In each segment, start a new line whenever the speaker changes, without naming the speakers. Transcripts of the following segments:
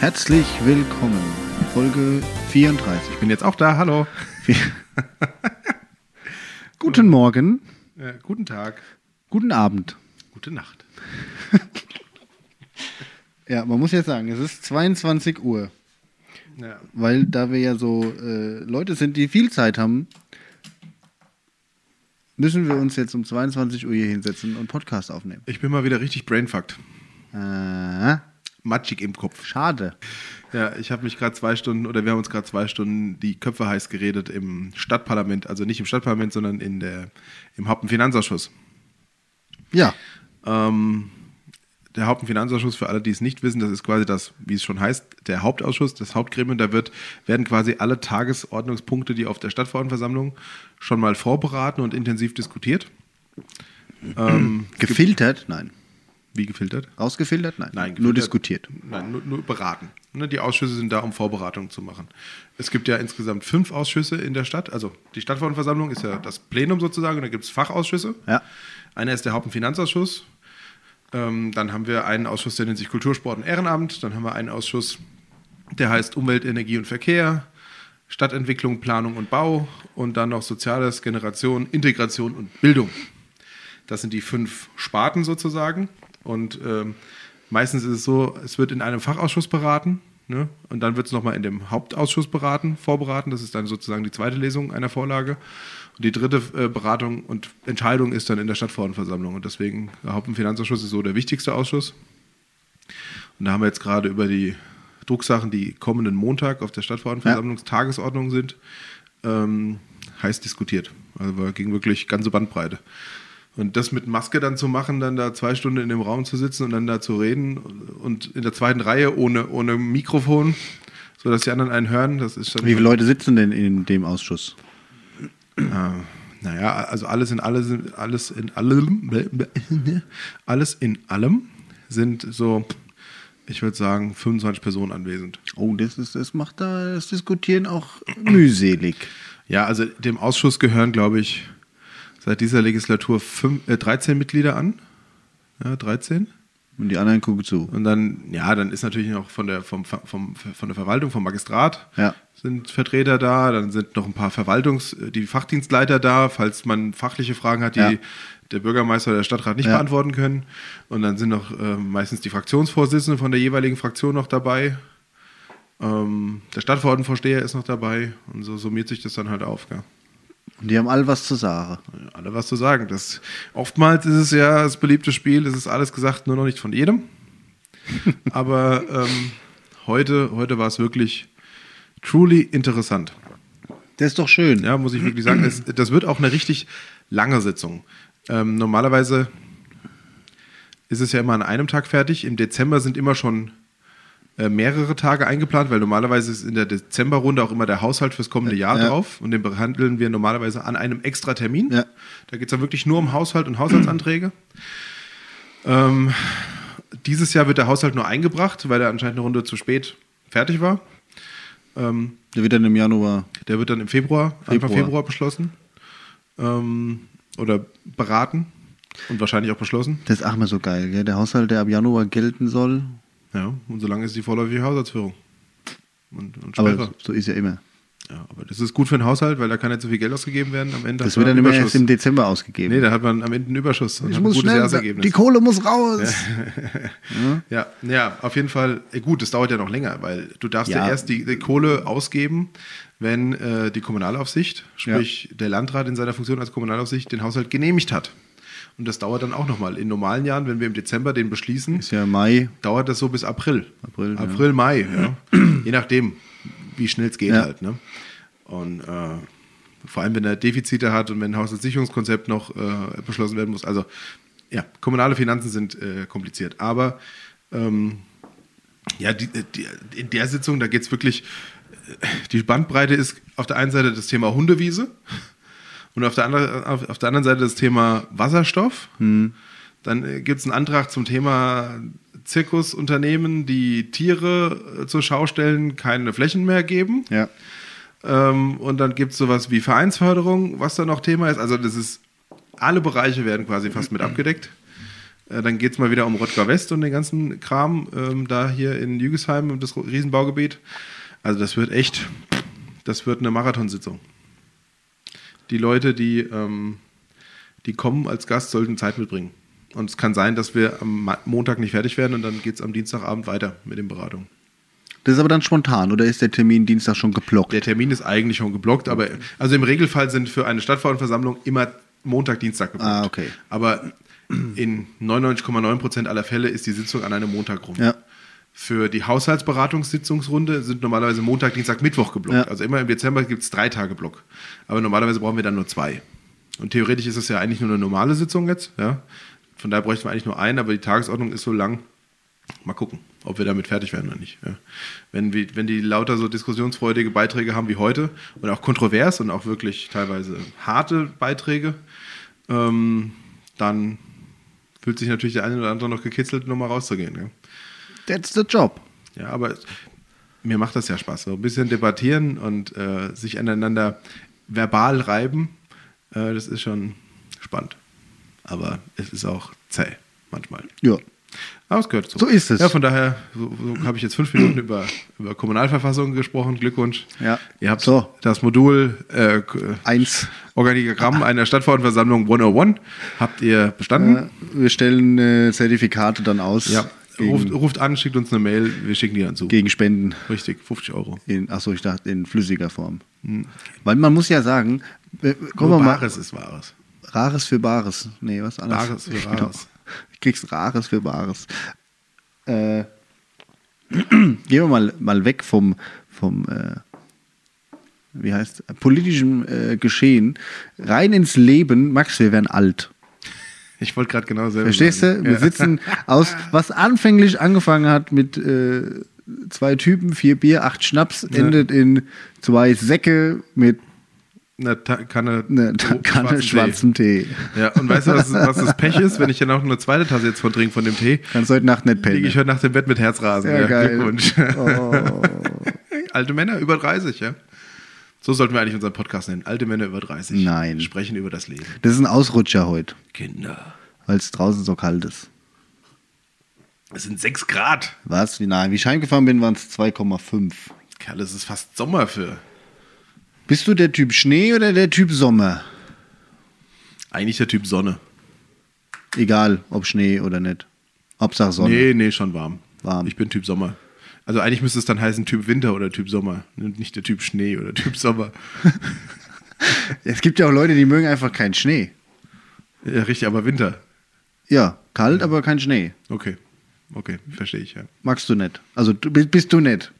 Herzlich willkommen. Folge 34.
Ich bin jetzt auch da, hallo.
Guten Morgen,
Äh, guten Tag,
guten Abend.
gute Nacht.
Ja, man muss jetzt sagen, es ist 22 Uhr,
Ja,
weil da wir ja so äh, Leute sind, die viel Zeit haben, müssen wir uns jetzt um 22 Uhr hier hinsetzen und Podcast aufnehmen.
ich bin mal wieder richtig brainfucked.
Äh,
Matschig im Kopf.
schade.
Ja, ich habe mich gerade zwei Stunden, oder wir haben uns gerade zwei Stunden die Köpfe heiß geredet im Stadtparlament. Also nicht im Stadtparlament, sondern in der, im Hauptenfinanzausschuss.
Ja,
Ähm, der Hauptenfinanzausschuss, für alle, die es nicht wissen, das ist quasi das, wie es schon heißt, der Hauptausschuss, das Hauptgremium. Da wird, werden quasi alle Tagesordnungspunkte, die auf der Stadtverordnetenversammlung schon mal vorberaten und intensiv diskutiert. Ähm,
gefiltert? Nein.
wie gefiltert?
Rausgefiltert? Nein.
Nein,
Nur
gefiltert-
diskutiert.
Nein, nur, nur beraten. Ne, Die Ausschüsse sind da, um Vorberatungen zu machen. Es gibt ja insgesamt fünf Ausschüsse in der Stadt. Also die Stadtverordnetenversammlung ist ja das Plenum sozusagen und da gibt es Fachausschüsse.
Ja.
Einer ist der Haupt- und Finanzausschuss. Ähm, dann haben wir einen Ausschuss, der nennt sich Kultur, Sport und Ehrenamt. Dann haben wir einen Ausschuss, der heißt Umwelt, Energie und Verkehr, Stadtentwicklung, Planung und Bau und dann noch Soziales, Generation, Integration und Bildung. Das sind die fünf Sparten sozusagen. Und ähm, meistens ist es so, es wird in einem Fachausschuss beraten. Ne? Und dann wird es nochmal in dem Hauptausschuss beraten, vorberaten. Das ist dann sozusagen die zweite Lesung einer Vorlage. Und die dritte äh, Beratung und Entscheidung ist dann in der Stadtverordnetenversammlung. Und deswegen, der Haupt- und Finanzausschuss ist so der wichtigste Ausschuss. Und da haben wir jetzt gerade über die Drucksachen, die kommenden Montag auf der Stadtverordnetenversammlungstagesordnung Tagesordnung sind, ähm, heiß diskutiert. Also wir ging wirklich ganze Bandbreite. Und das mit Maske dann zu machen, dann da zwei Stunden in dem Raum zu sitzen und dann da zu reden und in der zweiten Reihe ohne, ohne Mikrofon, sodass die anderen einen hören, das ist schon.
Wie viele Leute sitzen denn in dem Ausschuss?
Naja, also alles in alles, alles in allem, alles in allem sind so, ich würde sagen, 25 Personen anwesend.
Oh, das, ist, das macht da das Diskutieren auch mühselig.
Ja, also dem Ausschuss gehören, glaube ich, seit dieser Legislatur fünf, äh, 13 Mitglieder an. Ja, 13.
Und die anderen gucken zu.
Und dann, ja, dann ist natürlich noch von der, vom, Ver- vom, von der Verwaltung, vom Magistrat
Ja.
sind Vertreter da, dann sind noch ein paar Verwaltungs-, äh, die Fachdienstleiter da, falls man fachliche Fragen hat, die
Ja.
der Bürgermeister oder der Stadtrat nicht
Ja.
beantworten können. Und dann sind noch äh, meistens die Fraktionsvorsitzenden von der jeweiligen Fraktion noch dabei. Ähm, der Stadtverordnetenvorsteher ist noch dabei und so summiert sich das dann halt auf. Gell?
Und die haben all was zu sagen.
Alle was zu sagen. Das, oftmals ist es ja das beliebte Spiel, es ist alles gesagt, nur noch nicht von jedem. Aber ähm, heute, heute war es wirklich truly interessant.
Das ist doch schön.
Ja, muss ich wirklich sagen. Es, das wird auch eine richtig lange Sitzung. Ähm, normalerweise ist es ja immer an einem Tag fertig. Im Dezember sind immer schon äh, mehrere Tage eingeplant, weil normalerweise ist in der Dezemberrunde auch immer der Haushalt fürs kommende Jahr
Ja.
drauf und den behandeln wir normalerweise an einem extra Termin.
Ja.
Da geht es dann wirklich nur um Haushalt und Haushaltsanträge. ähm, dieses Jahr wird der Haushalt nur eingebracht, weil er anscheinend eine Runde zu spät fertig war. Ähm,
Der wird dann im Januar.
der wird dann im Februar, Anfang
Februar.
Februar beschlossen. Ähm, oder beraten und wahrscheinlich auch beschlossen.
Das ist auch mal so geil, gell? Der Haushalt, der ab Januar gelten soll.
Ja, und solange ist die vorläufige Haushaltsführung. Und, und
Aber
Sperre.
so ist ja immer.
ja, aber das ist gut für den Haushalt, weil da kann nicht so viel Geld ausgegeben werden. Am Ende
Das
hat
wird
man
dann
einen
immer erst im
Überschuss.
Dezember ausgegeben.
Nee, da hat man am Ende einen Überschuss. und hat ein gutes Jahresergebnis.
die Kohle muss raus.
Ja, ja, auf jeden Fall. Äh, Gut, das dauert ja noch länger, weil du darfst ja,
Ja.
erst die, die Kohle ausgeben, wenn äh, die Kommunalaufsicht, sprich der Landrat in seiner Funktion als Kommunalaufsicht, den Haushalt genehmigt hat. Und das dauert dann auch nochmal. In normalen Jahren, wenn wir im Dezember den beschließen,
Ist ja Mai.
dauert das so bis April.
April, ja.
April Mai, ja. Je nachdem, wie schnell es geht
Ja.
halt. Ne? Und äh, vor allem, wenn er Defizite hat und wenn ein Haushaltssicherungskonzept noch äh, beschlossen werden muss. Also, ja, kommunale Finanzen sind äh, kompliziert. Aber ähm, ja, die, äh, die, in der Sitzung, da geht es wirklich. Die Bandbreite ist auf der einen Seite das Thema Hundewiese und auf der, andere, auf, auf der anderen Seite das Thema Wasserstoff. Dann gibt es einen Antrag zum Thema Zirkusunternehmen, die Tiere äh, zur Schau stellen, keine Flächen mehr geben.
Ja.
Ähm, und dann gibt es sowas wie Vereinsförderung, was da noch Thema ist. Also das ist, alle Bereiche werden quasi fast mit abgedeckt. Äh, Dann geht es mal wieder um Röttger West und den ganzen Kram ähm, da hier in Jügesheim und das Ro- Riesenbaugebiet. Also das wird echt, das wird eine Marathonsitzung. Die Leute, die, ähm, die kommen als Gast, sollten Zeit mitbringen. Und es kann sein, dass wir am Ma- Montag nicht fertig werden und dann geht es am Dienstagabend weiter mit den Beratungen.
Das ist aber dann spontan, oder ist der Termin Dienstag schon geblockt?
Der Termin ist eigentlich schon geblockt, aber also im Regelfall sind für eine Stadtverordnetenversammlung immer Montag, Dienstag geblockt.
Ah, okay.
Aber in 99,9% aller Fälle ist die Sitzung an einem Montag rum.
Ja.
Für die Haushaltsberatungssitzungsrunde sind normalerweise Montag, Dienstag, Mittwoch geblockt.
Ja.
Also immer im Dezember gibt es drei Tage Block. Aber normalerweise brauchen wir dann nur zwei. Und theoretisch ist das ja eigentlich nur eine normale Sitzung jetzt. Ja? Von daher bräuchten wir eigentlich nur einen, aber die Tagesordnung ist so lang. Mal gucken, ob wir damit fertig werden oder nicht. Ja. Wenn, wir, wenn die lauter so diskussionsfreudige Beiträge haben wie heute und auch kontrovers und auch wirklich teilweise harte Beiträge, ähm, dann fühlt sich natürlich der eine oder andere noch gekitzelt, nochmal rauszugehen. Ja.
That's the job.
Ja, aber es- mir macht das ja Spaß. So ein bisschen debattieren und äh, sich aneinander verbal reiben, äh, das ist schon spannend. Aber es ist auch zäh manchmal.
Ja.
Aber es gehört zu.
So ist es.
Ja, von daher so, so habe ich jetzt fünf Minuten über, über Kommunalverfassung gesprochen. Glückwunsch.
Ja.
Ihr habt
So.
das Modul äh, K-
Eins.
Organigramm einer Stadtverordnetenversammlung 101 habt ihr bestanden.
Äh, wir stellen äh, Zertifikate dann aus
Ja.
gegen,
Ruft, ruft an, schickt uns eine Mail, wir schicken die dann zu.
gegen Spenden.
Richtig, 50 Euro.
In, achso, ich dachte in flüssiger Form. Weil man muss ja sagen, äh, kommen wir
Nur
mal.
Bares ist Wahres.
Rares für Bares. Nee, was anderes.
Bares für Rares.
Du kriegst Rares für Bares. Äh, gehen wir mal, mal weg vom, vom äh, wie heißt politischen äh, Geschehen rein ins Leben. Max, wir werden alt.
Ich wollte gerade genau selber.
Verstehst du?
sagen.
Wir
Ja.
sitzen aus, was anfänglich angefangen hat mit äh, zwei Typen, vier Bier, acht Schnaps, endet in zwei Säcke mit
Eine Ta Kanne, oh,
einer Kanne
schwarzen
schwarzem Tee.
Tee. Ja, und weißt du, was, was das Pech ist? Wenn ich dann auch eine zweite Tasse jetzt von trinke von dem Tee,
Kannst heute Nacht nicht pennen.
liege ich heute nach dem Bett mit Herzrasen.
Ja, geil.
Glückwunsch.
Oh.
Alte Männer über 30, ja. So sollten wir eigentlich unseren Podcast nennen. Alte Männer über 30.
Nein.
Sprechen über das Leben.
Das ist ein Ausrutscher heute,
Kinder.
weil es draußen so kalt ist.
Es sind 6 Grad.
Was? Wie nah? Wie ich heimgefahren bin, waren es 2,5.
Kerl, es ist fast Sommer für.
Bist du der Typ Schnee oder der Typ Sommer?
Eigentlich der Typ Sonne.
Egal, ob Schnee oder nicht. Hauptsache Sonne.
Nee, nee, schon warm.
Warm.
Ich bin Typ Sommer. Also eigentlich müsste es dann heißen Typ Winter oder Typ Sommer. Und Nicht der Typ Schnee oder Typ Sommer.
Es gibt ja auch Leute, die mögen einfach keinen Schnee.
Ja, richtig, aber Winter.
Ja, kalt, aber kein Schnee.
Okay. Okay, verstehe ich, ja.
Magst du nicht. Also du, bist, bist du nicht.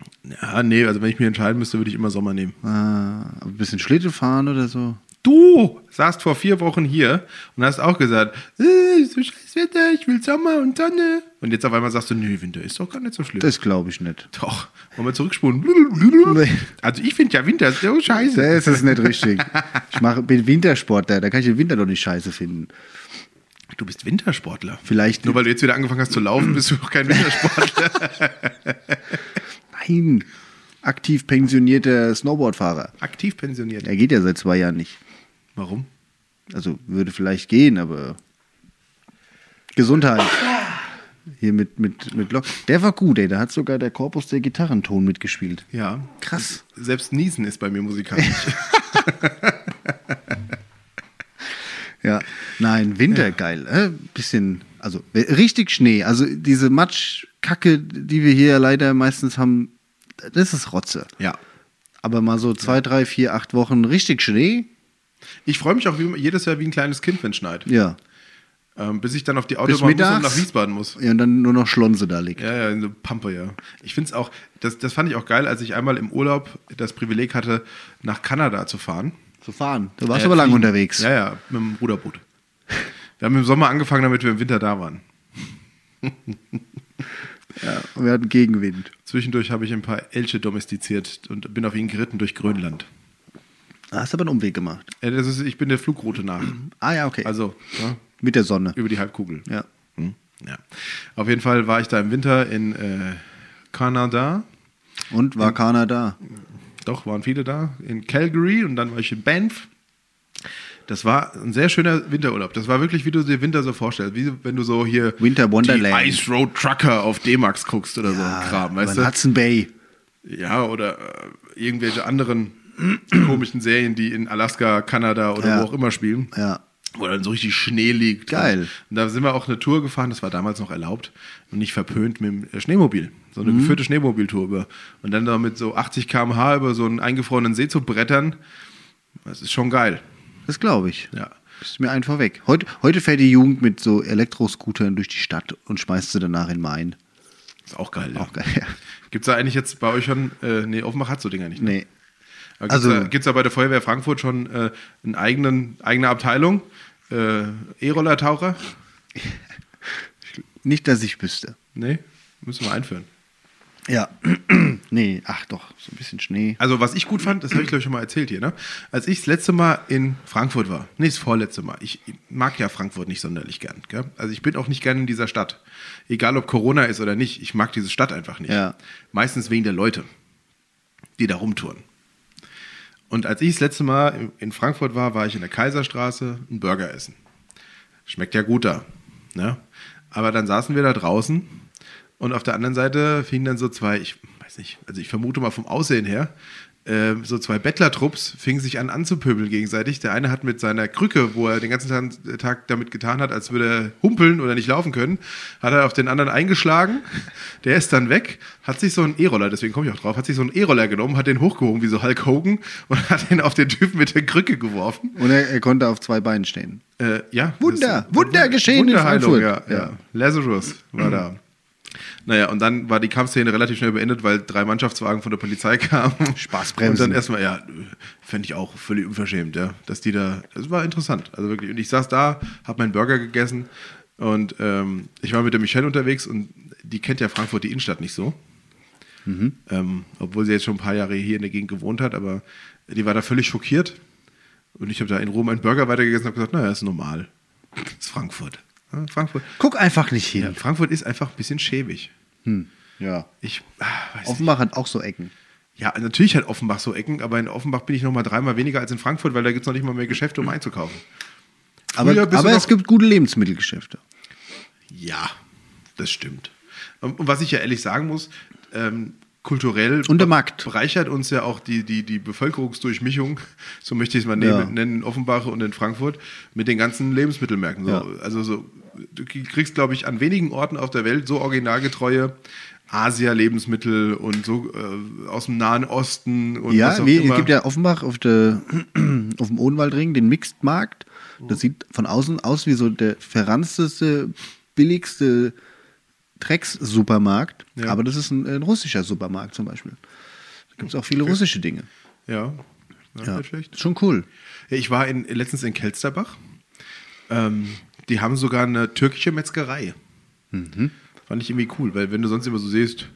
Ja, nee, also wenn ich mir entscheiden müsste, würde ich immer Sommer nehmen.
Äh, aber ein bisschen Schlitten fahren oder so.
Du saßt vor vier Wochen hier und hast auch gesagt, äh, so scheiß Wetter, ich will Sommer und Sonne. Und jetzt auf einmal sagst du, nee, Winter ist doch gar nicht so schlimm.
Das glaube ich nicht.
doch, wollen wir zurückspulen.
Nee.
Also ich finde ja Winter ist so scheiße.
Das ist nicht richtig. Ich mache, bin Wintersportler, da kann ich den Winter doch nicht scheiße finden.
Du bist Wintersportler.
Vielleicht-
Nur weil du jetzt wieder angefangen hast zu laufen, bist du auch kein Wintersportler.
Nein, aktiv pensionierter Snowboardfahrer.
Aktiv pensioniert.
Er geht ja seit zwei Jahren nicht.
Warum?
Also würde vielleicht gehen, aber Gesundheit. Hier mit, mit, mit Lock. Der war gut, ey. Da hat sogar der Korpus der Gitarrenton mitgespielt.
Ja.
Krass.
Selbst Niesen ist bei mir musikalisch.
Ja. Nein, Winter geil. Äh, bisschen, also äh, richtig Schnee. Also diese Matschkacke, die wir hier leider meistens haben, das ist Rotze.
ja.
Aber mal so zwei, drei, vier, acht Wochen richtig Schnee.
Ich freue mich auch wie, jedes Jahr wie ein kleines Kind, wenn es schneit.
Ja.
Ähm, bis ich dann auf die Autobahn muss und
mittags?
nach Wiesbaden muss.
ja. Und dann nur noch Schlonse da liegt.
Ja, ja, in so Pampe, ja. Ich finde es auch, das, das fand ich auch geil, als ich einmal im Urlaub das Privileg hatte, nach Kanada zu fahren.
Zu fahren. Du warst
Äh,
aber lang
fliegen.
unterwegs.
Ja, ja, mit dem Ruderboot. Wir haben im Sommer angefangen, damit wir im Winter da waren.
Und wir hatten Gegenwind.
Zwischendurch habe ich ein paar Elche domestiziert und bin auf ihn geritten durch Grönland.
Ah, hast aber einen Umweg gemacht.
Äh, Das ist, ich bin der Flugroute nach.
Ah ja, okay.
Also, ja,
Mit der Sonne.
über die Halbkugel.
Ja.
Hm, ja. Auf jeden Fall war ich da im Winter in äh, Kanada.
Und war keiner da.
Doch, waren viele da. In Calgary und dann war ich in Banff. Das war ein sehr schöner Winterurlaub. Das war wirklich, wie du dir Winter so vorstellst. Wie wenn du so hier
Winter Wonderland.
die Ice Road Trucker auf D-Max guckst oder so ein Kram,
über
weißt
den
du?
Hudson Bay.
Ja, oder äh, irgendwelche anderen komischen Serien, die in Alaska, Kanada oder
Ja.
wo auch immer spielen.
Ja.
Wo dann so richtig Schnee liegt.
Geil.
Und da sind wir auch eine Tour gefahren, das war damals noch erlaubt und nicht verpönt mit dem äh, Schneemobil. So
Mhm.
eine geführte Schneemobiltour über. Und dann da mit so 80 km/h über so einen eingefrorenen See zu brettern, das ist schon geil.
Das glaube ich.
Ja.
Ist mir einen vorweg. Heute, heute fährt die Jugend mit so Elektroscootern durch die Stadt und schmeißt sie danach in Main.
Ist auch geil. Ja.
Auch geil. Ja.
Gibt's da eigentlich jetzt bei euch schon, äh, nee, Offenbach hat so Dinger nicht. Ne?
Nee.
Aber Gibt's
Also-
da, gibt's da bei der Feuerwehr Frankfurt schon äh, eine eigenen, eigene Abteilung? Äh, E-Roller-Taucher?
Nicht, dass ich wüsste.
Nee, müssen wir einführen.
Ja. nee, ach doch, so ein bisschen Schnee.
Also, was ich gut fand, das habe ich glaube ich schon mal erzählt hier, ne? Als ich das letzte Mal in Frankfurt war, nee, das vorletzte Mal, ich mag ja Frankfurt nicht sonderlich gern, gell? Also, ich bin auch nicht gern in dieser Stadt. Egal, ob Corona ist oder nicht, ich mag diese Stadt einfach nicht.
Ja.
Meistens wegen der Leute, die da rumtouren. Und als ich das letzte Mal in Frankfurt war, war ich in der Kaiserstraße einen Burger essen. Schmeckt ja gut da. Ne? Aber dann saßen wir da draußen und auf der anderen Seite fingen dann so zwei, ich weiß nicht, also ich vermute mal vom Aussehen her, äh, so zwei Bettlertrupps fingen sich an anzupöbeln gegenseitig. Der eine hat mit seiner Krücke, wo er den ganzen Tag, Tag damit getan hat, als würde er humpeln oder nicht laufen können, hat er auf den anderen eingeschlagen. Der ist dann weg, hat sich so einen E-Roller, deswegen komme ich auch drauf, hat sich so einen E-Roller genommen, hat den hochgehoben wie so Hulk Hogan und hat den auf den Typen mit der Krücke geworfen.
Und er, er konnte auf zwei Beinen stehen.
Äh, ja.
Wunder,
Das-
Wunder geschehen in
Wunderheilung,
Frankfurt.
Ja, ja. Lazarus war da. Naja, und dann war die Kampfszene relativ schnell beendet, weil drei Mannschaftswagen von der Polizei kamen.
Spaßbremsen.
Und dann erstmal, ja, fände ich auch völlig unverschämt, ja, dass die da, das war interessant, also wirklich. Und ich saß da, habe meinen Burger gegessen und ähm, ich war mit der Michelle unterwegs und die kennt ja Frankfurt, die Innenstadt nicht so. Ähm, obwohl sie jetzt schon ein paar Jahre hier in der Gegend gewohnt hat, aber die war da völlig schockiert. Und ich habe da in Rom einen Burger weitergegessen und habe gesagt, naja, ist normal. Ist Frankfurt. Ja, Frankfurt.
Guck einfach nicht
Ja,
hin.
Frankfurt ist einfach ein bisschen schäbig.
Ja.
Ich ah, weiß nicht.
Offenbach hat auch so Ecken.
Ja, natürlich hat Offenbach so Ecken, aber in Offenbach bin ich noch mal dreimal weniger als in Frankfurt, weil da gibt es noch nicht mal mehr Geschäfte, um einzukaufen.
Aber,
Früher bist
aber
du
es
noch-
gibt gute Lebensmittelgeschäfte.
Ja, das stimmt. Und und was ich ja ehrlich sagen muss, ähm, kulturell
Und der Markt.
bereichert uns ja auch die, die, die Bevölkerungsdurchmischung, so möchte ich es mal nehmen,
Ja.
nennen, in Offenbach und in Frankfurt, mit den ganzen Lebensmittelmärkten. So,
Ja.
Also so, du kriegst, glaube ich, an wenigen Orten auf der Welt so originalgetreue Asia-Lebensmittel und so äh, aus dem Nahen Osten und was
Ja,
auch
wie,
immer.
es gibt ja Offenbach auf, der, auf dem Odenwaldring den Mixed-Markt. Das sieht von außen aus wie so der verranzteste, billigste Drecks-Supermarkt.
Ja.
Aber das ist ein, ein russischer Supermarkt zum Beispiel. Da gibt es auch viele russische Dinge.
ja. Ja,
Ja.
Nicht schlecht.
Schon cool.
Ja, Ich war in, letztens in Kelsterbach. Ähm, die haben sogar eine türkische Metzgerei.
Mhm.
Fand ich irgendwie cool, weil wenn du sonst immer so siehst,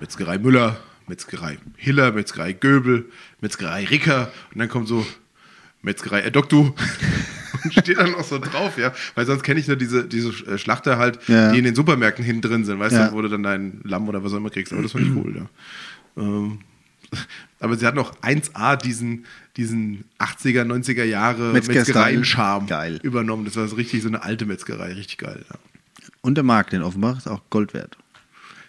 Metzgerei Müller, Metzgerei Hiller, Metzgerei Göbel, Metzgerei Ricker und dann kommt so Metzgerei Edoktu und steht dann auch so drauf, ja. Weil sonst kenne ich nur diese, diese äh, Schlachter halt,
Ja.
die in den Supermärkten hinten drin sind, weißt
Ja.
du, wo du dann dein Lamm oder was auch immer kriegst. Aber das fand ich cool, ja. Ähm, aber sie hatten auch 1A diesen, diesen 80er, 90er Jahre
Metzger-Style.
Metzgereien-Charme
Geil.
übernommen. Das war so richtig so eine alte Metzgerei, richtig geil. Ja.
Und der Markt in Offenbach ist auch Gold wert.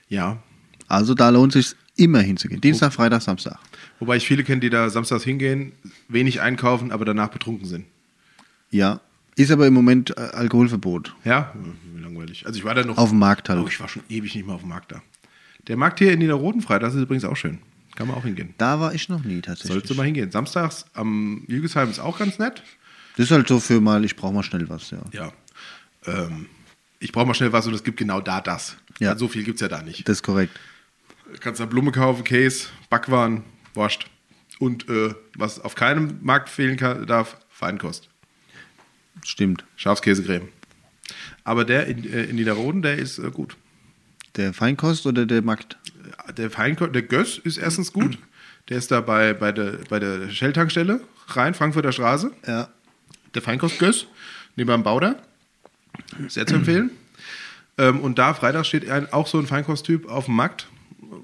ja.
Also da lohnt es sich immer hinzugehen. Dienstag, Freitag, Samstag.
Wobei ich viele kenne, die da samstags hingehen, wenig einkaufen, aber danach betrunken sind.
Ja. Ist aber im Moment äh, Alkoholverbot.
Ja, Hm, wie langweilig. Also ich war da noch.
Auf dem Markt halt.
Oh, ich war schon ewig nicht mehr auf dem Markt da. Der Markt hier in Niederrodenfrei, das ist übrigens auch schön. Kann man auch hingehen.
Da war ich noch nie tatsächlich.
Sollst du mal hingehen. Samstags am Jügesheim ist auch ganz nett.
Das ist halt so für mal, ich brauche mal schnell was, ja.
Ja. Ähm, ich brauche mal schnell was und es gibt genau da das.
Ja.
Ja. So viel gibt es ja da nicht.
Das ist korrekt.
kannst da Blume kaufen, Käse, Backwaren, Wurst. Und äh, was auf keinem Markt fehlen kann, darf, Feinkost.
Stimmt.
Schafskäsecreme. Aber der in, äh, in Niederroden, der ist äh, gut.
Der Feinkost oder der Markt?
Der Feinkost, der Göss ist erstens gut. Der ist da bei, bei der, bei der Shell-Tankstelle, rein, Frankfurter Straße.
Ja.
Der Feinkost Göss, neben dem Bauder. Sehr zu empfehlen. Ähm, und da Freitag steht ein, auch so ein Feinkosttyp auf dem Markt.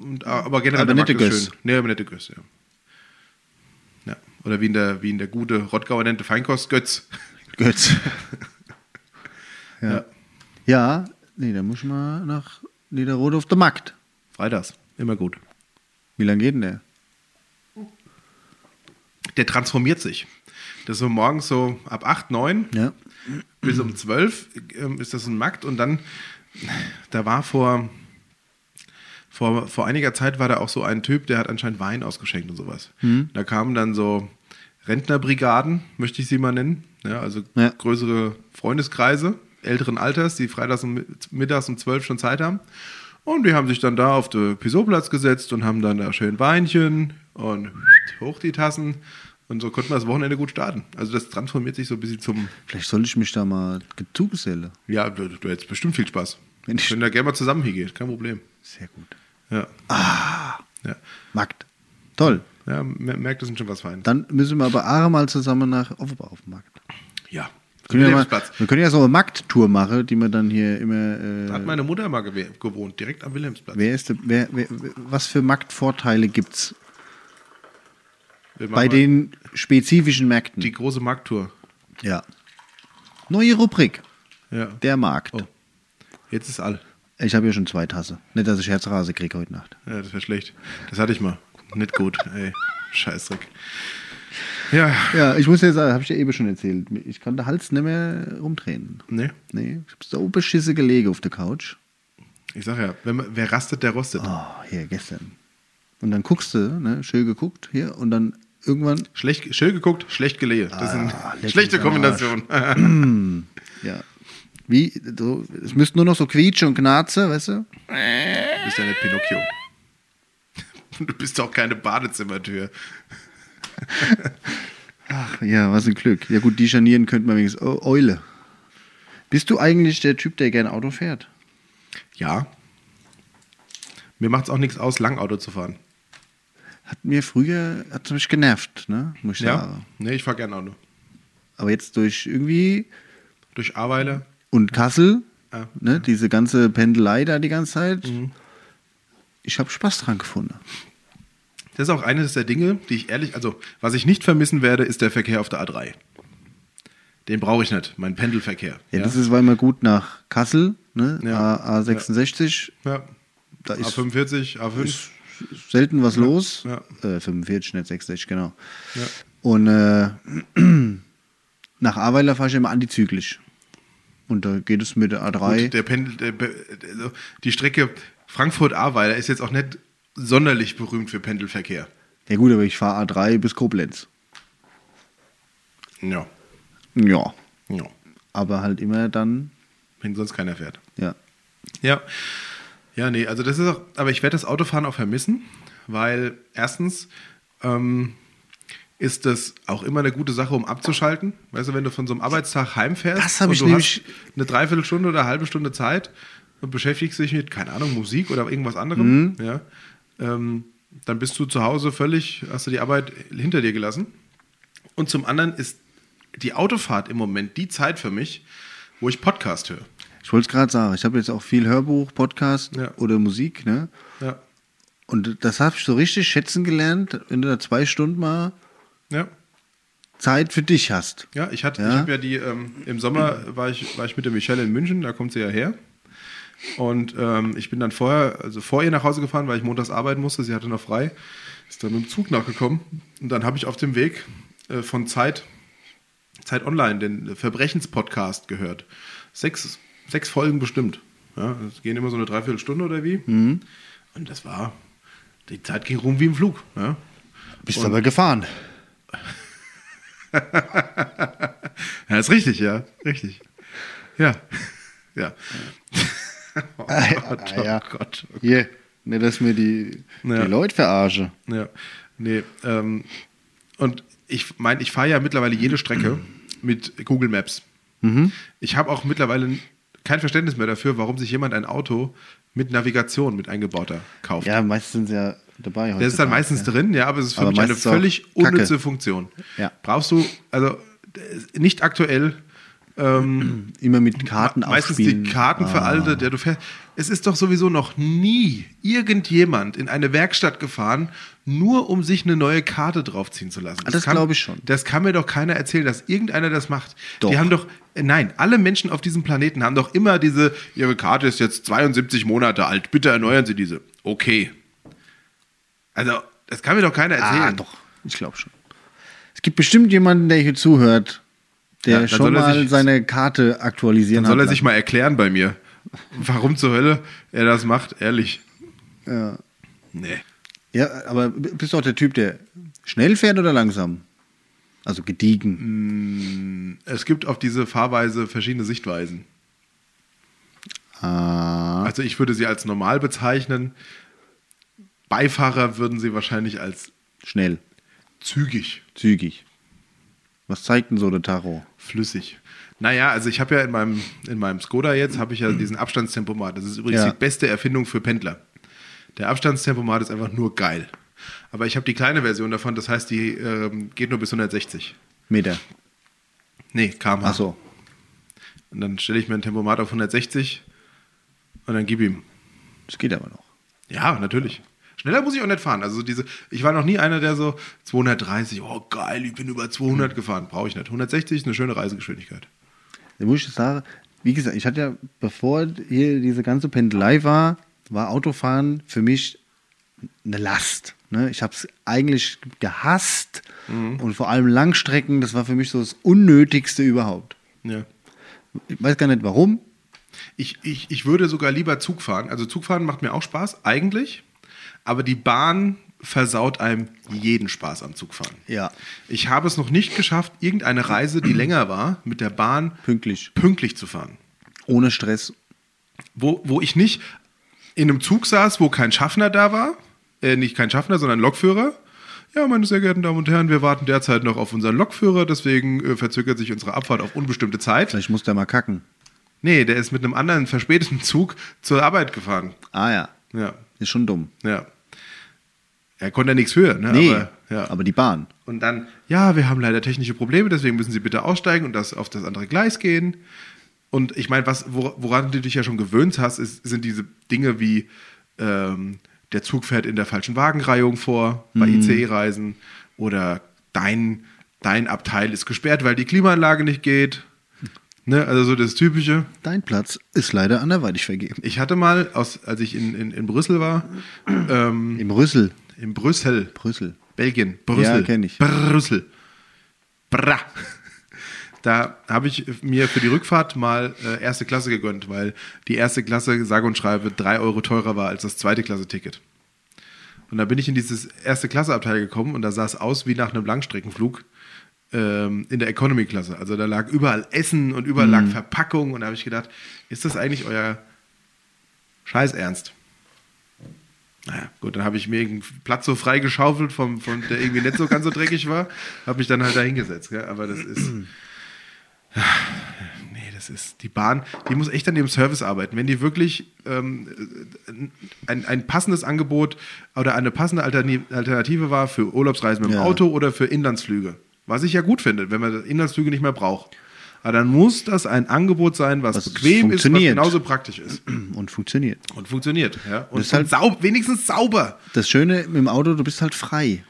Und, äh, aber generell
Aber
der
nette
Markt ist
Göss.
schön. Nee, aber nette Göss, ja. ja. Oder wie in der, wie in der gute Rottgauer nennt Feinkost, Götz.
Götz.
Ja.
ja. ja, nee, da muss ich mal nach Niederrode auf der Markt.
Freitags, immer gut.
Wie lange geht denn der?
Der transformiert sich. Das ist so morgens so ab 8, 9
Ja.
bis um 12 ähm, ist das ein Markt und dann, da war vor, vor, vor einiger Zeit war da auch so ein Typ, der hat anscheinend Wein ausgeschenkt und sowas. Da kamen dann so Rentnerbrigaden, möchte ich sie mal nennen, ja, also
Ja.
größere Freundeskreise älteren Alters, die freitags und mit- mittags um 12 schon Zeit haben. Und die haben sich dann da auf den Pisoplatz gesetzt und haben dann da schön Weinchen und hoch die Tassen. Und so konnten wir das Wochenende gut starten. Also das transformiert sich so ein bisschen zum
Vielleicht soll ich mich da mal zugesellen.
ja, du, du hättest bestimmt viel Spaß.
Wenn ich-
Wenn da gerne mal zusammen hingeht, kein Problem.
Sehr gut.
Ja. Ja,
Markt. Toll.
ja mer- merkt, das sind schon was Feines.
Dann müssen wir aber Aare mal zusammen nach Offenbach auf den Markt.
ja.
Können wir, mal,
Wilhelmsplatz.
wir können ja so eine Markttour machen, die wir dann hier immer.
Da
Äh,
hat meine Mutter mal gewe- gewohnt, direkt am Wilhelmsplatz.
wer ist, der- wer, wer, wer- was für Marktvorteile gibt es
Wir machen
bei
mal
den spezifischen Märkten?
Die große Markttour.
ja. Neue Rubrik:
Ja.
Der Markt.
Oh. Jetzt ist all.
Ich habe ja schon zwei Tasse. Nicht, dass ich Herzrase kriege heute Nacht.
Ja, das wäre schlecht. Das hatte ich mal. Nicht gut, ey. Scheißdreck. Ja,
Ja, ich muss ja sagen, habe ich dir eben schon erzählt. Ich kann den Hals nicht mehr rumdrehen.
ne.
Nee, ich habe so beschisse gelegen auf der Couch.
Ich sag ja, wenn man, wer rastet, der rostet.
Oh, hier, gestern. Und dann guckst du, ne, schön geguckt hier und dann irgendwann,
Schlecht, schön geguckt, schlecht gelehe. Das
Ah,
ist
leck
eine schlechte
mich am Arsch.
Kombination.
ja. Wie, so, es müssten nur noch so quietschen und knarzen, weißt du?
Du bist ja nicht Pinocchio. Du bist auch keine Badezimmertür.
Ach, ja, was ein Glück. Ja gut, die scharnieren könnte man wenigstens. Oh, Eule. Bist du eigentlich der Typ, der gerne Auto fährt?
Ja. Mir macht es auch nichts aus, Langauto zu fahren.
Hat mir früher, hat mich genervt, ne, muss ich
Ja.
sagen.
Nee, ich fahre gerne Auto.
Aber jetzt durch irgendwie
Durch Aweiler.
und Kassel,
Ah. Mhm.
ne, diese ganze Pendelei da die ganze Zeit, ich habe Spaß dran gefunden.
Das ist auch eines der Dinge, die ich ehrlich, also was ich nicht vermissen werde, ist der Verkehr auf der A3. Den brauche ich nicht, mein Pendelverkehr.
Ja, das ist, weil man gut nach Kassel, ne?
Ja.
A, A66,
Ja.
da ist
A45, A5.
selten was los.
ja.
Äh, 45, nicht 66, genau.
Ja.
Und äh, nach Aweiler fahre ich immer antizyklisch. Und da geht es mit der A3.
Gut, der Pendel, der, Pe- also die Strecke Frankfurt-Aweiler ist jetzt auch nicht sonderlich berühmt für Pendelverkehr.
ja gut, aber ich fahre A3 bis Koblenz.
Ja.
Ja,
Ja.
aber halt immer dann,
Wenn sonst keiner fährt.
ja.
Ja. Ja, nee, also das ist auch, aber ich werde das Autofahren auch vermissen, weil erstens ähm, ist das auch immer eine gute Sache, um abzuschalten. Weißt du, wenn du von so einem Arbeitstag heimfährst
Das hab
und
ich
du hast
nämlich-
eine Dreiviertelstunde oder eine halbe Stunde Zeit und beschäftigst dich mit, keine Ahnung, Musik oder irgendwas
Mhm.
anderem, ja, ähm, dann bist du zu Hause völlig, hast du die Arbeit hinter dir gelassen. Und zum anderen ist die Autofahrt im Moment die Zeit für mich, wo ich Podcast höre.
Ich wollte es gerade sagen, ich habe jetzt auch viel Hörbuch, Podcast
Ja.
oder Musik, ne?
Ja.
Und das habe ich so richtig schätzen gelernt, wenn du da zwei Stunden mal
Ja.
Zeit für dich hast.
Ja, ich hatte,
Ja?
ich habe ja die, ähm, im Sommer war ich, war ich mit der Michelle in München, da kommt sie ja her. Und ähm, ich bin dann vorher, also vor ihr nach Hause gefahren, weil ich montags arbeiten musste, sie hatte noch frei, ist dann mit dem Zug nachgekommen. Und dann habe ich auf dem Weg äh, von Zeit, Zeit Online, den Verbrechenspodcast gehört. Sechs, sechs Folgen bestimmt. Ja, das gehen immer so eine Dreiviertelstunde oder wie. Und das war, die Zeit ging rum wie im Flug. Ja.
Bist aber gefahren.
Ja, ist richtig, ja. Richtig. Ja. Ja. Oh Gott, oh
Äh, Ah, ja.
Gott.
Hier, ne, dass mir die,
Ja.
die Leute verarsche.
Ja. Nee, ähm, und ich meine, ich fahre ja mittlerweile jede Strecke
Mhm.
mit Google Maps. Ich habe auch mittlerweile kein Verständnis mehr dafür, warum sich jemand ein Auto mit Navigation, mit eingebauter kauft.
Ja, meistens sind sie ja dabei heute.
Der ist dann meistens drin, ja, aber es ist für
Aber
mich eine
meistens auch
völlig
Kacke.
unnütze Funktion.
Ja.
Brauchst du, also d- nicht äh, aktuell, Ähm,
Immer mit Karten
meistens
aufspielen.
die Karten
Ah.
veraltet, der du fährst. Es ist doch sowieso noch nie irgendjemand in eine Werkstatt gefahren, nur um sich eine neue Karte draufziehen zu lassen.
Ah, das
kann-
glaube ich schon.
Das kann mir doch keiner erzählen, dass irgendeiner das macht.
Doch.
Die haben doch, äh, nein, alle Menschen auf diesem Planeten haben doch immer diese, ihre Karte ist jetzt 72 Monate alt, bitte erneuern Sie diese. Okay. Also, das kann mir doch keiner erzählen.
Ah, doch. Ich glaube schon. Es gibt bestimmt jemanden, der hier zuhört, der
Ja, dann
schon
soll er
mal
sich-
seine Karte aktualisieren
Soll er
hat
sich mal erklären bei mir, warum zur Hölle er das macht, ehrlich.
Ja.
Nee.
ja, aber b- bist du auch der Typ, der schnell fährt oder langsam? Also gediegen.
Es gibt auf diese Fahrweise verschiedene Sichtweisen.
Ah,
Also ich würde sie als normal bezeichnen. Beifahrer würden sie wahrscheinlich als
schnell,
zügig,
zügig. Was zeigt denn so der Tarot?
flüssig. Naja, also ich habe ja in meinem, in meinem Skoda jetzt, habe ich ja diesen Abstandstempomat. Das ist übrigens
Ja.
die beste Erfindung für Pendler. Der Abstandstempomat ist einfach nur geil. Aber ich habe die kleine Version davon, das heißt, die ähm, geht nur bis 160.
Meter.
Nee, kmh.
Ach so.
Und dann stelle ich mir ein Tempomat auf 160 und dann gib ihm.
Das geht aber noch.
Ja, natürlich. Schneller muss ich auch nicht fahren. Also diese, ich war noch nie einer, der so 230, oh geil, ich bin über
Hm.
200 gefahren. Brauche ich nicht. 160 ist eine schöne Reisegeschwindigkeit.
Da muss ich sagen, wie gesagt, ich hatte ja, bevor hier diese ganze Pendelei war, war Autofahren für mich eine Last. Ne? Ich habe es eigentlich gehasst und vor allem Langstrecken, das war für mich so das Unnötigste überhaupt.
Ja.
Ich weiß gar nicht warum.
Ich, ich, ich würde sogar lieber Zug fahren. Also Zugfahren macht mir auch Spaß, eigentlich. Aber die Bahn versaut einem jeden Spaß am Zugfahren.
Ja.
Ich habe es noch nicht geschafft, irgendeine Reise, die länger war, mit der Bahn
Pünktlich.
pünktlich zu fahren.
Ohne Stress.
wo, wo ich nicht in einem Zug saß, wo kein Schaffner da war, äh, nicht kein Schaffner, sondern Lokführer. Ja, meine sehr geehrten Damen und Herren, wir warten derzeit noch auf unseren Lokführer, deswegen äh, verzögert sich unsere Abfahrt auf unbestimmte Zeit.
Vielleicht muss der mal kacken.
Nee, der ist mit einem anderen verspäteten Zug zur Arbeit gefahren.
Ah ja.
Ja,
Ist schon dumm.
ja. Er konnte ja nichts für, ne?
Nee,
Aber, ja.
aber die Bahn.
Und dann, ja, wir haben leider technische Probleme, deswegen müssen Sie bitte aussteigen und das auf das andere Gleis gehen. Und ich meine, was, wor- woran du dich ja schon gewöhnt hast, ist, sind diese Dinge wie ähm, der Zug fährt in der falschen Wagenreihung vor bei ICE-Reisen oder dein, dein Abteil ist gesperrt, weil die Klimaanlage nicht geht. Ne? Also so das Typische.
Dein Platz ist leider anderweitig vergeben.
Ich hatte mal, aus, als ich in, in, in Brüssel war, ähm,
Im Rüssel.
in Brüssel,
Brüssel.
Belgien, Brüssel.
Ja, kenn ich.
Brüssel. Bra. Da habe ich mir für die Rückfahrt mal äh, erste Klasse gegönnt, weil die erste Klasse, sage und schreibe, drei Euro teurer war als das zweite Klasse-Ticket. Und da bin ich in dieses erste Klasse-Abteil gekommen und da sah es aus wie nach einem Langstreckenflug ähm, in der Economy-Klasse. Also da lag überall Essen und überall
Mhm.
lag Verpackung und da habe ich gedacht, ist das eigentlich euer Scheiß ernst? Naja, gut, dann habe ich mir irgendeinen Platz so frei geschaufelt, vom, vom, der irgendwie nicht so ganz so dreckig war, habe mich dann halt da hingesetzt. Gell? Aber das ist. Nee, das ist. Die Bahn, die muss echt an dem Service arbeiten. Wenn die wirklich ähm, ein, ein passendes Angebot oder eine passende Alterni- Alternative war für Urlaubsreisen mit dem
Ja.
Auto oder für Inlandsflüge, was ich ja gut finde, wenn man Inlandsflüge nicht mehr braucht. Aber dann muss das ein Angebot sein, was,
Was
bequem ist, was
funktioniert.
genauso praktisch ist
Und funktioniert.
und funktioniert. Ja? Und,
ist halt-
und saub, wenigstens sauber.
Das Schöne im Auto, du bist halt frei.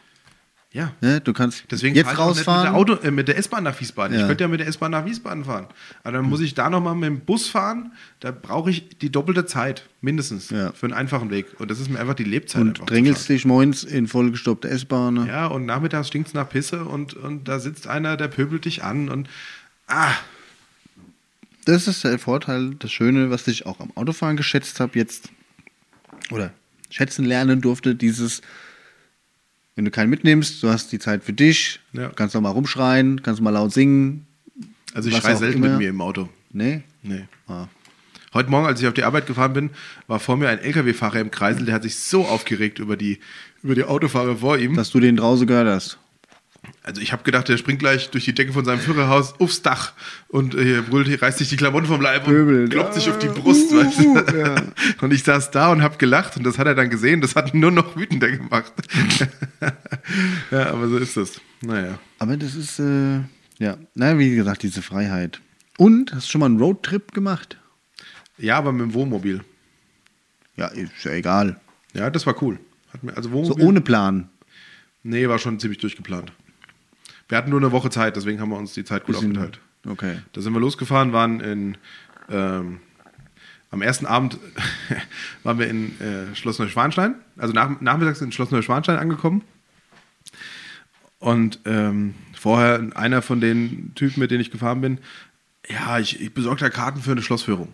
Ja.
Ne? Du kannst
Deswegen fahr
jetzt
ich auch nicht
rausfahren.
Mit der, Auto, äh, mit der S-Bahn nach Wiesbaden. Ich
Ja.
könnte ja mit der S-Bahn nach Wiesbaden fahren. Aber dann muss ich da nochmal mit dem Bus fahren. Da brauche ich die doppelte Zeit, mindestens,
Ja.
für einen einfachen Weg. Und das ist mir einfach die Lebzeit. einfach
und
zu
drängelst dich moins in vollgestoppte S-Bahn. ne?
fahren. Ja, und nachmittags stinkt es nach Pisse und, und da sitzt einer, der pöbelt dich an. Und ah,
Das ist der Vorteil, das Schöne, was ich auch am Autofahren geschätzt habe jetzt oder schätzen lernen durfte, dieses wenn du keinen mitnimmst, du hast die Zeit für dich,
Ja.
kannst noch mal rumschreien, kannst mal laut singen,
also ich
Was
schreie
auch
selten
immer.
mit mir im Auto.
ne?
Nee.
Ah.
Heute Morgen, als ich auf die Arbeit gefahren bin, war vor mir ein LKW-Fahrer im Kreisel, der hat sich so aufgeregt über die, über die Autofahrer vor ihm.
Dass du den draußen gehört hast.
Also ich habe gedacht, der springt gleich durch die Decke von seinem Führerhaus aufs Dach und äh, brüllt, reißt sich die Klamotten vom Leib und
Pöbelt.
klopft sich auf die
Ah,
Brust.
uh, uh,
weißt du?
ja.
Und ich saß da und habe gelacht und das hat er dann gesehen. Das hat ihn nur noch wütender gemacht. ja, aber so ist das. Naja.
Aber das ist äh, ja, naja, wie gesagt, diese Freiheit. Und hast du schon mal einen Roadtrip gemacht?
Ja, aber mit dem Wohnmobil.
Ja, ist ja egal.
Ja, das war cool. Hat mir, also
So
Wohnmobil,
ohne Plan.
Nee, war schon ziemlich durchgeplant. Wir hatten nur eine Woche Zeit, deswegen haben wir uns die Zeit gut
Bisschen-
aufgeteilt.
Okay.
Da sind wir losgefahren, waren in ähm, am ersten Abend waren wir in äh, Schloss Neuschwanstein, also nach, nachmittags in Schloss Neuschwanstein angekommen. Und ähm, vorher einer von den Typen, mit denen ich gefahren bin, ja, ich, ich besorge da Karten für eine Schlossführung.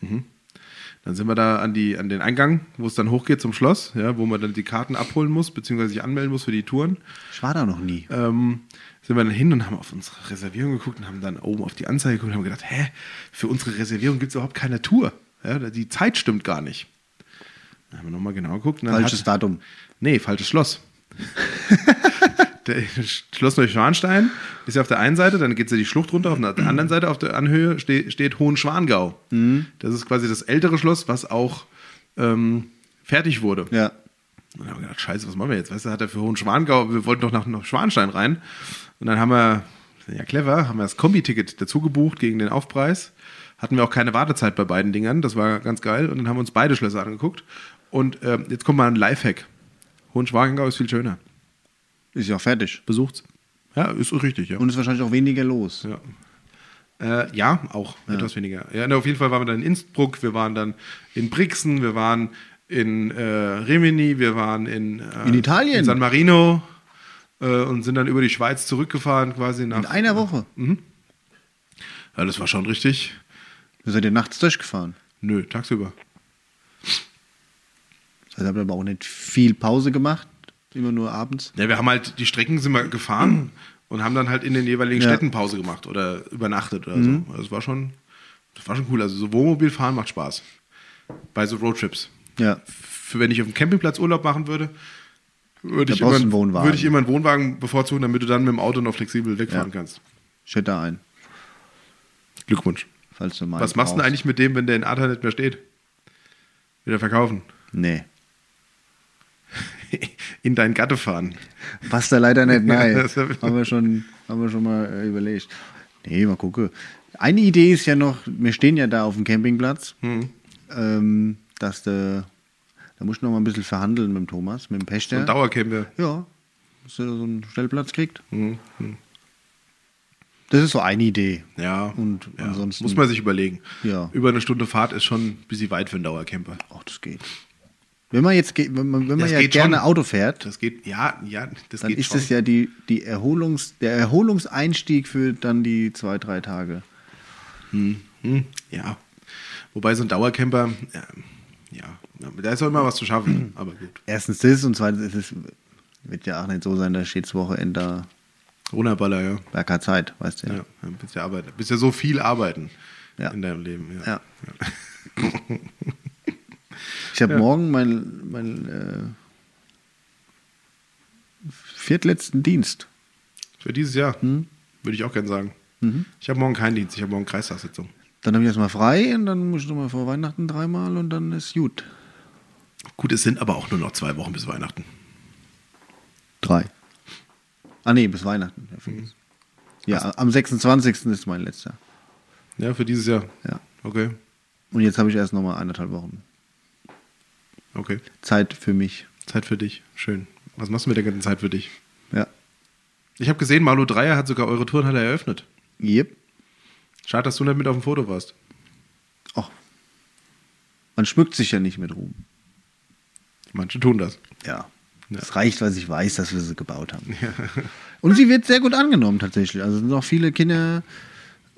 Mhm. Dann sind wir da an, die, an den Eingang, wo es dann hochgeht zum Schloss, ja, wo man dann die Karten abholen muss, beziehungsweise sich anmelden muss für die Touren
Ich war da noch nie.
ähm, sind wir dann hin und haben auf unsere Reservierung geguckt und haben dann oben auf die Anzeige geguckt und haben gedacht, hä, für unsere Reservierung gibt es überhaupt keine Tour. Ja, die Zeit stimmt gar nicht. Dann haben wir nochmal genau geguckt. und dann
Falsches
hat-
Datum.
Nee, falsches Schloss. der Schloss Neuschwanstein ist ja auf der einen Seite, dann geht es ja die Schlucht runter, auf der anderen Seite auf der Anhöhe ste steht Hohenschwangau.
Mhm.
Das ist quasi das ältere Schloss, was auch ähm, fertig wurde.
Ja.
Und dann haben wir gedacht, scheiße, was machen wir jetzt? Weißt du, hat er für Hohenschwangau, wir wollten doch nach, nach Schwanstein rein. Und dann haben wir, wir sind ja clever, haben wir das Kombi-Ticket dazu gebucht gegen den Aufpreis. Hatten wir auch keine Wartezeit bei beiden Dingern, das war ganz geil. Und dann haben wir uns beide Schlösser angeguckt. Und ähm, jetzt kommt mal ein Lifehack. Hohenschwangau ist viel schöner.
Ist ja auch fertig.
Besucht's. Ja, ist so richtig, ja.
Und ist wahrscheinlich auch weniger los.
ja. Äh, ja, auch etwas weniger. Ja, na, auf jeden Fall waren wir dann in Innsbruck, wir waren dann in Brixen, wir waren in äh, Rimini, wir waren in, äh,
In Italien?
in San Marino äh, und sind dann über die Schweiz zurückgefahren quasi nach.
In einer Woche.
ja, das war schon richtig.
Da seid ihr nachts durchgefahren.
Nö, tagsüber.
Das heißt, ihr Also habt aber auch nicht viel Pause gemacht. Immer nur abends.
Ja, wir haben halt die Strecken sind wir gefahren und haben dann halt in den jeweiligen
Ja. Mhm.
Städten Pause gemacht oder übernachtet oder so. Also, Das war schon, das war schon cool. Also so Wohnmobil fahren macht Spaß. Bei so Roadtrips.
Ja.
für wenn ich auf dem Campingplatz Urlaub machen würde, würde
Da brauchst
ich, immer,
du einen Wohnwagen.
würde ich immer einen Wohnwagen bevorzugen, damit du dann mit dem Auto noch flexibel wegfahren
Ja.
kannst.
Ich hätte ein,
Glückwunsch.
falls du mal.
Was machst du denn eigentlich mit dem, wenn der in Adler nicht mehr steht? Wieder verkaufen.
Nee.
In deinen Gatte fahren.
Passt da leider nicht, nein.
Ja, das hab ich-
haben, wir schon, haben wir schon mal äh, überlegt. Nee, mal gucke. Eine Idee ist ja noch, wir stehen ja da auf dem Campingplatz,
Hm.
ähm, dass der, da muss ich noch mal ein bisschen verhandeln mit dem Thomas, mit dem Pächter.
Und Dauercamper.
ja, dass er so einen Stellplatz kriegt.
Hm,
Das ist so eine Idee.
Ja.
Und
ja.
ansonsten-
Muss man sich überlegen.
Ja.
Über eine Stunde Fahrt ist schon ein bisschen weit für einen Dauercamper.
Ach, das geht. Wenn man jetzt, ge- wenn man, wenn man
Das
ja
geht
gerne
schon.
Auto fährt,
Das geht, ja, ja, das
dann
geht
ist
schon.
es ja die, die Erholungs, der Erholungseinstieg für dann die zwei, drei Tage.
Hm, ja. Wobei so ein Dauercamper, ja, ja, da ist auch immer was zu schaffen, aber gut.
Erstens das und zweitens ist es, wird ja auch nicht so sein, da steht das Wochenende da
Corona-Baller, ja.
war keine Zeit, weißt du. Ja.
Ja, dann bist ja arbeiten. Bist ja so viel arbeiten
Ja.
in deinem Leben. Ja.
Ja. Ich habe morgen meinen mein, äh, viertletzten Dienst.
Für dieses Jahr würde ich auch gerne sagen. Ich habe morgen keinen Dienst, ich habe morgen Kreistagssitzung.
Dann habe ich erstmal frei und dann muss ich nochmal vor Weihnachten dreimal und dann ist gut.
Gut, es sind aber auch nur noch zwei Wochen bis Weihnachten.
Drei. Ah nee, bis Weihnachten. Ja, am 26. ist mein letzter.
Ja, für dieses Jahr.
Ja.
Okay,
Und jetzt habe ich erst nochmal eineinhalb Wochen
okay.
Zeit für mich.
Zeit für dich. Schön. Was machst du mit der ganzen Zeit für dich?
Ja.
Ich habe gesehen, Marlo Dreier hat sogar eure Turnhalle eröffnet.
Yep.
Schade, dass du nicht mit auf dem Foto warst.
Och. Oh. Man schmückt sich ja nicht mit Ruhm.
Manche tun das.
Ja. Es reicht, was ich weiß, dass wir sie gebaut haben. Und sie wird sehr gut angenommen tatsächlich. Also es sind auch viele Kindergruppen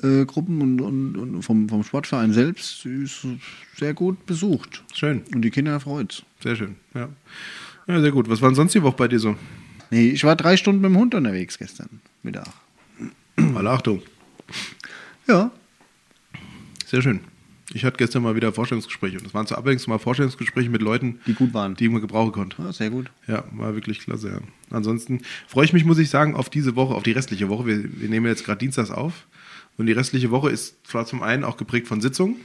äh, Gruppen und, und, und vom, vom Sportverein selbst. Sie ist sehr gut besucht.
Schön,
Und die Kinder freut's.
sehr schön. Ja. ja, sehr gut. Was war denn sonst die Woche bei dir so?
Nee, ich war drei Stunden mit dem Hund unterwegs gestern Mittag.
Alle Achtung.
Ja.
Sehr schön. Ich hatte gestern mal wieder Vorstellungsgespräche und das waren zur Abwechslung mal Vorstellungsgespräche mit Leuten,
Die gut waren.
die man gebrauchen konnte.
ja sehr gut.
Ja, war wirklich klasse. Ja. Ansonsten freue ich mich, muss ich sagen, auf diese Woche, auf die restliche Woche. Wir, wir nehmen jetzt gerade Dienstags auf und die restliche Woche ist zwar zum einen auch geprägt von Sitzungen,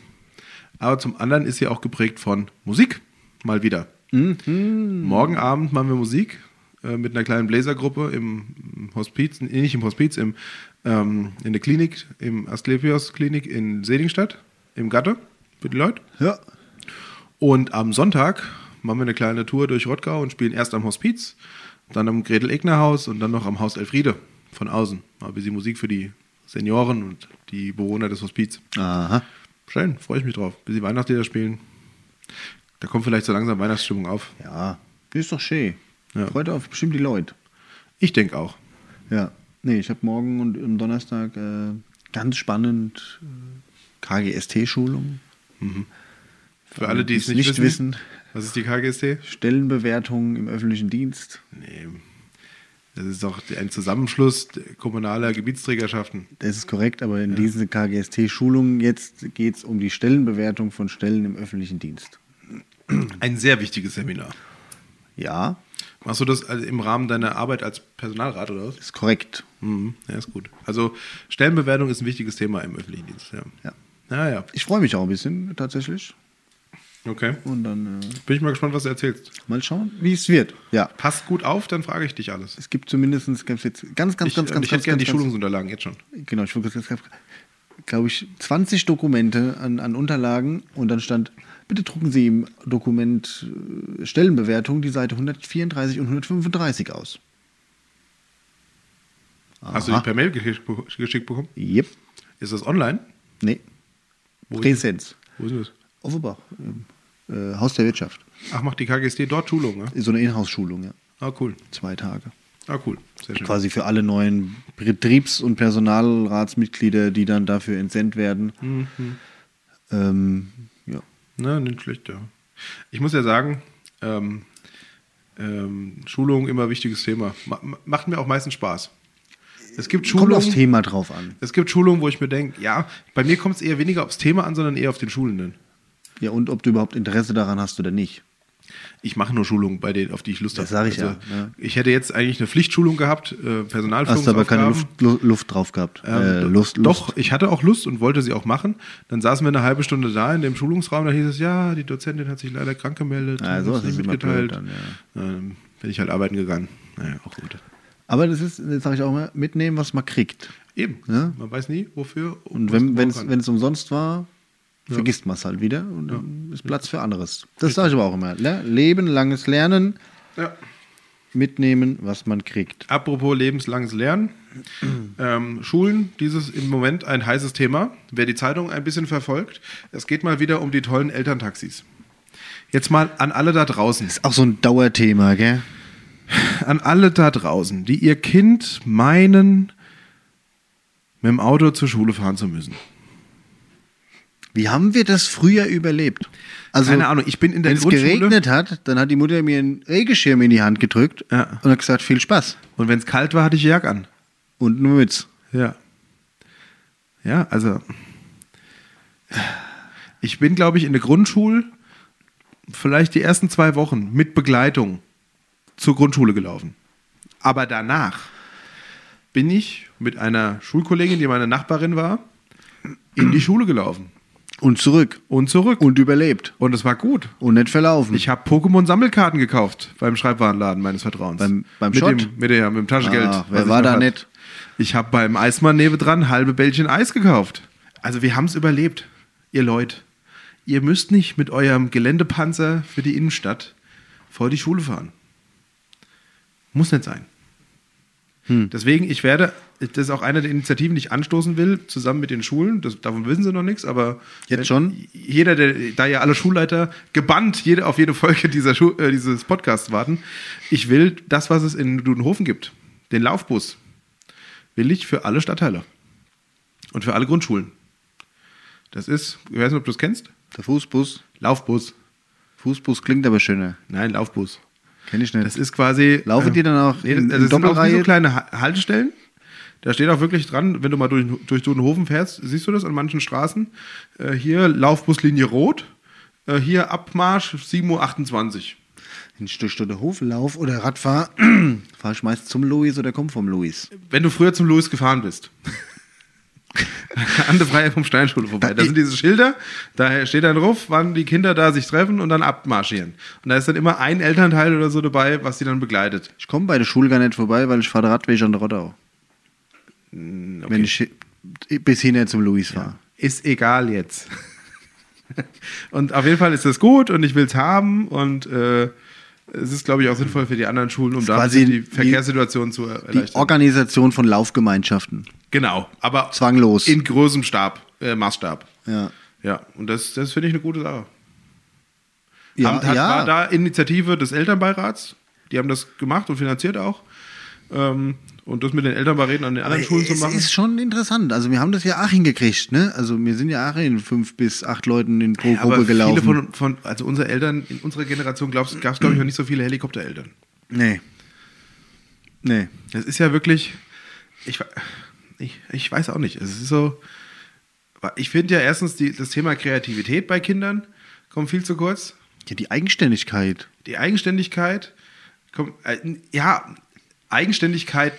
aber zum anderen ist sie auch geprägt von Musik. Mal wieder. Morgen Abend machen wir Musik äh, mit einer kleinen Bläsergruppe äh, im Hospiz, nee, nicht im Hospiz, im ähm, in der Klinik, im Asklepios-Klinik in Sedingstadt, im Gatte, für die Leute.
Ja.
Und am Sonntag machen wir eine kleine Tour durch Rottgau und spielen erst am Hospiz, dann am Gretel-Egner-Haus und dann noch am Haus Elfriede von außen. Mal ein bisschen Musik für die Senioren und die Bewohner des Hospiz.
Aha.
Schön, freue ich mich drauf. Ein bisschen Weihnachtslieder spielen. Da kommt vielleicht so langsam Weihnachtsstimmung auf.
Ja. Ist doch schön.
Ja.
Freut auf bestimmt die Leute.
Ich denke auch.
Ja. Nee, ich habe morgen und am Donnerstag äh, ganz spannend äh, KGST-Schulung.
Für alle, die es nicht, wissen. Was ist die KGST?
Stellenbewertungen im öffentlichen Dienst.
Nee. Das ist doch ein Zusammenschluss kommunaler Gebietsträgerschaften.
Das ist korrekt, aber in diesen KGST-Schulungen jetzt geht es um die Stellenbewertung von Stellen im öffentlichen Dienst.
Ein sehr wichtiges Seminar.
Ja,
Machst du das also im Rahmen deiner Arbeit als Personalrat oder was?
ist korrekt.
Mhm. Ja, ist gut. Also Stellenbewertung ist ein wichtiges Thema im öffentlichen Dienst. Ja.
Ja.
Ja, ja.
Ich freue mich auch ein bisschen tatsächlich.
Okay.
Und dann äh,
Bin ich mal gespannt, was du erzählst.
mal schauen, wie es wird. Ja,
Passt gut auf, dann frage ich dich alles.
es gibt zumindest gibt's jetzt ganz, ganz,
Ich,
ganz,
äh,
ganz, ganz,
ich
ganz,
hätte gerne die
ganz,
Schulungsunterlagen jetzt schon.
genau, ich wollte jetzt glaube ich, 20 Dokumente an, an Unterlagen und dann stand, bitte drucken Sie im Dokument äh, Stellenbewertung die Seite 134 und 135 aus.
Hast du die per Mail gesch- be- geschickt bekommen?
Yep.
Ist das online?
Nee.
Wo ist-
Präsenz.
Wo ist denn das?
Offenbach. im, Äh, Haus der Wirtschaft.
Ach, macht die KGSD dort Schulung, ne?
So eine Inhouse-Schulung, ja.
Ah, cool.
Zwei Tage.
Ah, cool. Sehr schön.
Quasi für alle neuen Betriebs- und Personalratsmitglieder, die dann dafür entsendet werden.
Mhm.
Ähm, ja.
Na, Ne, nicht schlecht, ja. Ich muss ja sagen, ähm, ähm, Schulung immer wichtiges Thema. Ma ma- macht mir auch meistens Spaß. Es gibt
Kommt aufs
Schulungen,
Thema drauf an.
es gibt Schulungen, wo ich mir denke, ja, bei mir kommt es eher weniger aufs Thema an, sondern eher auf den Schulenden.
Ja, und ob du überhaupt Interesse daran hast oder nicht.
Ich mache nur Schulungen, bei denen, auf die ich Lust habe.
Das sag ich ja, ja.
Ich hätte jetzt eigentlich eine Pflichtschulung gehabt, äh,
Hast aber keine
Personalführungsaufgaben.
Luft, Lu- Luft drauf gehabt. äh,
Ähm,
Lust, Lust.
Doch, ich hatte auch Lust und wollte sie auch machen. Dann saßen wir eine halbe Stunde da in dem Schulungsraum. Da hieß es, ja, die Dozentin hat sich leider krank gemeldet.
Ah,
und
sowas
hat es
ist
nicht
immer blöd
mitgeteilt.
dann,
Ähm, bin ich halt arbeiten gegangen. Naja, auch gut.
Aber das ist, das sage ich auch immer, mitnehmen, was man kriegt.
Eben,
Ja.
man weiß nie, wofür.
Und
was
wenn
man
wenn es
kann.
wenn es umsonst war, vergisst man es halt wieder und dann ist Platz für anderes. Das sage ich aber auch immer. Le Leben, langes Lernen,
ja.
mitnehmen, was man kriegt.
Apropos lebenslanges Lernen. ähm, Schulen, dieses im Moment ein heißes Thema. Wer die Zeitung ein bisschen verfolgt, es geht mal wieder um die tollen Elterntaxis. Jetzt mal an alle da draußen.
Ist auch so ein Dauerthema, gell?
an alle da draußen, die ihr Kind meinen, mit dem Auto zur Schule fahren zu müssen.
Wie haben wir das früher überlebt? Also,
Keine Ahnung, ich bin in der
wenn es
Grundschule-
geregnet hat, dann hat die Mutter mir einen Regenschirm in die Hand gedrückt
Ja.
und hat gesagt, viel Spaß
Und wenn es kalt war, hatte ich Jagd an.
und eine Mütze.
Ja. Ja, also. Ich bin, glaube ich, in der Grundschule vielleicht die ersten zwei Wochen mit Begleitung zur Grundschule gelaufen. Aber danach bin ich mit einer Schulkollegin, die meine Nachbarin war, in die Schule gelaufen
Und zurück.
und zurück.
Und überlebt.
Und es war gut.
Und nicht verlaufen.
Ich habe Pokémon-Sammelkarten gekauft beim Schreibwarenladen meines Vertrauens.
Beim- beim
mit
Schott?
Dem, mit, der, mit dem Taschengeld.
Ah,
was
wer
ich
war
noch
da
hatte.
nett?
Ich habe beim Eismann nebendran halbe Bällchen Eis gekauft. Also wir haben es überlebt, ihr Leute. Ihr müsst nicht mit eurem Geländepanzer für die Innenstadt vor die Schule fahren. Muss nicht sein.
Hm.
Deswegen, ich werde, das ist auch eine der Initiativen, die ich anstoßen will, zusammen mit den Schulen. Das, davon wissen sie noch nichts, aber
Jetzt
wenn-
schon?
Jeder, der, da ja alle Schulleiter gebannt jede, auf jede Folge dieser Schu äh, dieses Podcasts warten, ich will das, was es in Dudenhofen gibt, den Laufbus, will ich für alle Stadtteile und für alle Grundschulen. Das ist, ich weiß nicht, ob du es kennst,
Der Fußbus.
Laufbus.
Fußbus klingt aber schöner.
Nein, Laufbus.
Kenn ich nicht.
Das ist quasi.
Laufen die dann auch
Nee,
in-
das, also
in
das sind auch wie so
Doppelreihe?
kleine Ha- Haltestellen. Da steht auch wirklich dran, wenn du mal durch, durch Dudenhofen fährst, siehst du das an manchen Straßen. Äh, hier Laufbuslinie Rot. Äh, hier Abmarsch 7.28 Uhr.
Wenn ich durch den Hof laufe oder Rad fahre, fahre ich meist zum Louis oder komme vom Louis.
Wenn du früher zum Louis gefahren bist. an der Freie vom Steinschule vorbei. Da sind diese Schilder, da steht dann drauf, wann die Kinder da sich treffen und dann abmarschieren. Und da ist dann immer ein Elternteil oder so dabei, was die dann begleitet.
Ich komme bei der Schule gar nicht vorbei, weil ich fahre Radweg an der Rottau.
Mm, Okay.
wenn ich bis hin zum Luis war.
ist egal jetzt. und auf jeden Fall ist das gut und ich will es haben und äh, es ist, glaube ich, auch sinnvoll für die anderen Schulen, um da ein
quasi
bisschen die
die-
Verkehrssituation zu erleichtern.
Die Organisation von Laufgemeinschaften.
genau, aber
Zwanglos.
in großem Stab, äh, Maßstab.
Ja.
Ja, und das, das finde ich eine gute Sache.
Ja,
Amt hat,
ja.
war da Initiative des Elternbeirats. Die haben das gemacht und finanziert auch. Ähm, und das mit den Elternbeiräten an den anderen Schulen zu
Äh, es
machen.
ist schon interessant. Also wir haben das ja auch hingekriegt, ne? Also wir sind ja auch in fünf bis acht Leuten in pro Gruppe gelaufen.
viele von, von, also unsere Eltern, in unserer Generation gab es, glaube ich, noch nicht so viele Helikoptereltern.
nee. Nee.
Das ist ja wirklich, ich, we- ich, ich weiß auch nicht. Es ist so, ich finde ja erstens die, das Thema Kreativität bei Kindern kommt viel zu kurz.
Ja, die Eigenständigkeit.
Die Eigenständigkeit, kommt, äh, ja, Eigenständigkeit,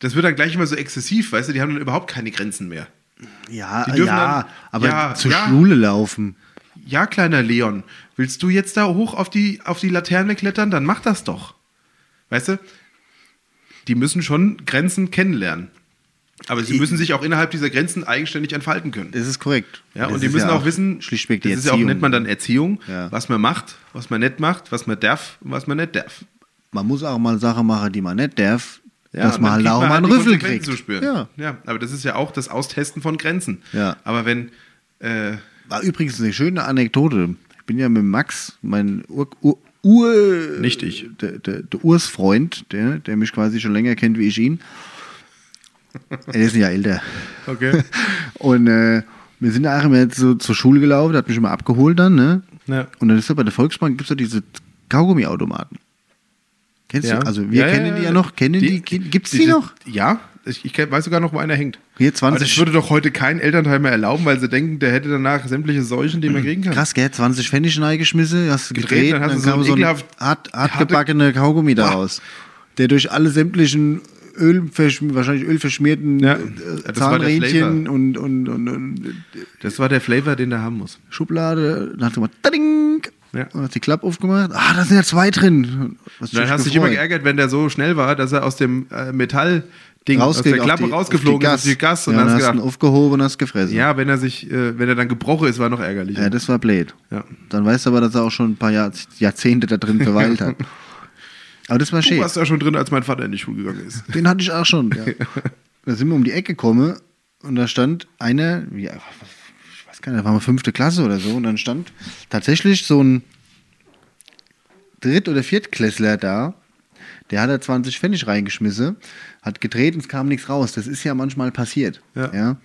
das wird dann gleich immer so exzessiv, weißt du, die haben dann überhaupt keine Grenzen mehr.
Ja,
Die dürfen
ja,
dann-
aber
äh, ja,
zur
ja.
Schule laufen.
Ja, kleiner Leon, willst du jetzt da hoch auf die, auf die Laterne klettern? Dann mach das doch. Weißt du? Die müssen schon Grenzen kennenlernen. Aber sie müssen sich auch innerhalb dieser Grenzen eigenständig entfalten können.
Das ist korrekt.
Ja,
Das
und die
ist
müssen
ja
auch wissen,
schlichtweg die
das ist ja auch,
Erziehung.
nennt man dann Erziehung,
Ja.
was man macht, was man nicht macht, was man darf und was man nicht darf.
man muss auch mal Sachen machen, die man nicht darf,
Ja,
dass
und
man
dann
halt
kriegt
auch mal einen
die
Rüffel
Konsequenzen
kriegt.
Zu spüren.
Ja.
Ja. ja, aber das ist ja auch das Austesten von Grenzen.
Ja.
Aber wenn, äh,
War übrigens eine schöne Anekdote. Ich bin ja mit Max, mein Ur, Ur, Ur
Nicht ich.
Der, der, der Urs-Freund, der, der mich quasi schon länger kennt wie ich ihn. Er ist ja älter.
okay,
Und äh, wir sind ja auch immer jetzt so zur Schule gelaufen, der hat mich immer abgeholt dann, ne?
Ja.
Und dann ist ja bei der Volksbank gibt es ja diese Kaugummi-Automaten. Kennst
Ja.
du? Also wir
Ja,
kennen
ja,
die
ja.
ja noch. Kennen die,
Die-
gibt es die
Diese-
noch?
Ja, ich, ich kenn- weiß sogar noch, wo einer hängt.
Hier
Aber das
20
würde doch heute kein Elternteil mehr erlauben, weil sie denken, der hätte danach sämtliche Seuchen, die man kriegen kann.
Mhm. Krass, gell? 20 Pfennig reingeschmissen, hast du gedreht,
dann hast
dann
du so
kam
einen
so ein hart,
ekelhaft-
hart
harte-
gebackene Kaugummi daraus, der durch alle sämtlichen Öl, wahrscheinlich ölverschmierten
Ja,
äh,
das war der
Zahnrädchen
Flavor.
und, und, und, und
Das war der Flavor, den der haben muss.
Schublade, dann hast du gemacht, tading,
Ja.
und hast die Klappe aufgemacht, ah, da sind ja zwei drin. Was
Dann hast du dich immer geärgert, wenn der so schnell war, dass er aus dem äh, Metallding, aus der Klappe rausgeflogen ist, auf die Gas.
und
Und
ja,
dann hast du
ihn
gedacht,
aufgehoben und hast gefressen.
ja, wenn er sich, äh, wenn er dann gebrochen ist, war noch ärgerlich.
Ja, das war blöd.
Ja.
Dann weißt du aber, dass er auch schon ein paar Jahr, Jahrzehnte da drin verweilt hat. Aber das war
du
schön.
warst da schon drin, als mein Vater in die Schule gegangen ist.
Den hatte ich auch schon. Ja. da sind wir um die Ecke gekommen und da stand einer, ja, ich weiß gar nicht, da waren wir fünfte Klasse oder so, und dann stand tatsächlich so ein Dritt- oder Viertklässler da. Der hat da 20 Pfennig reingeschmissen, hat gedreht und es kam nichts raus. Das ist ja manchmal passiert.
Ja.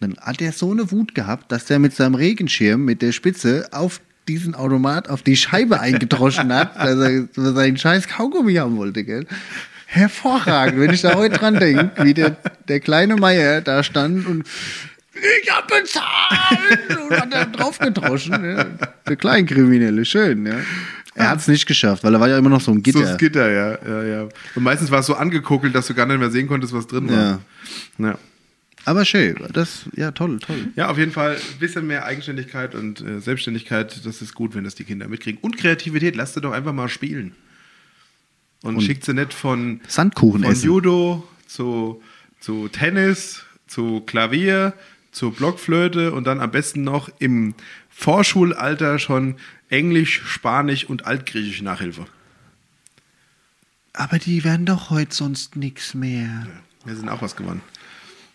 Dann hat er so eine Wut gehabt, dass der mit seinem Regenschirm mit der Spitze auf diesen Automat auf die Scheibe eingedroschen hat, dass er, dass er seinen scheiß Kaugummi haben wollte, gell? Hervorragend, wenn ich da heute dran denke, wie der, der kleine Meier da stand und ich hab bezahlt und hat da drauf gedroschen. Ja. Der Kleinkriminelle, schön, ja. Er hat's nicht geschafft, weil er war ja immer noch so ein
So
Gitter.
das Gitter, ja, ja, ja. Und meistens war es so angekuckelt, dass du gar nicht mehr sehen konntest, was drin
Ja.
war. Ja.
Aber schön, das, ja, toll, toll.
Ja, auf jeden Fall ein bisschen mehr Eigenständigkeit und äh, Selbstständigkeit. Das ist gut, wenn das die Kinder mitkriegen. Und Kreativität, lasst sie doch einfach mal spielen. Und, schickt sie nicht von,
Sandkuchen
von
essen.
Judo zu, zu Tennis, zu Klavier, zur Blockflöte und dann am besten noch im Vorschulalter schon Englisch, Spanisch und Altgriechisch Nachhilfe.
Aber die werden doch heute sonst nichts mehr.
Wir sind auch was gewonnen.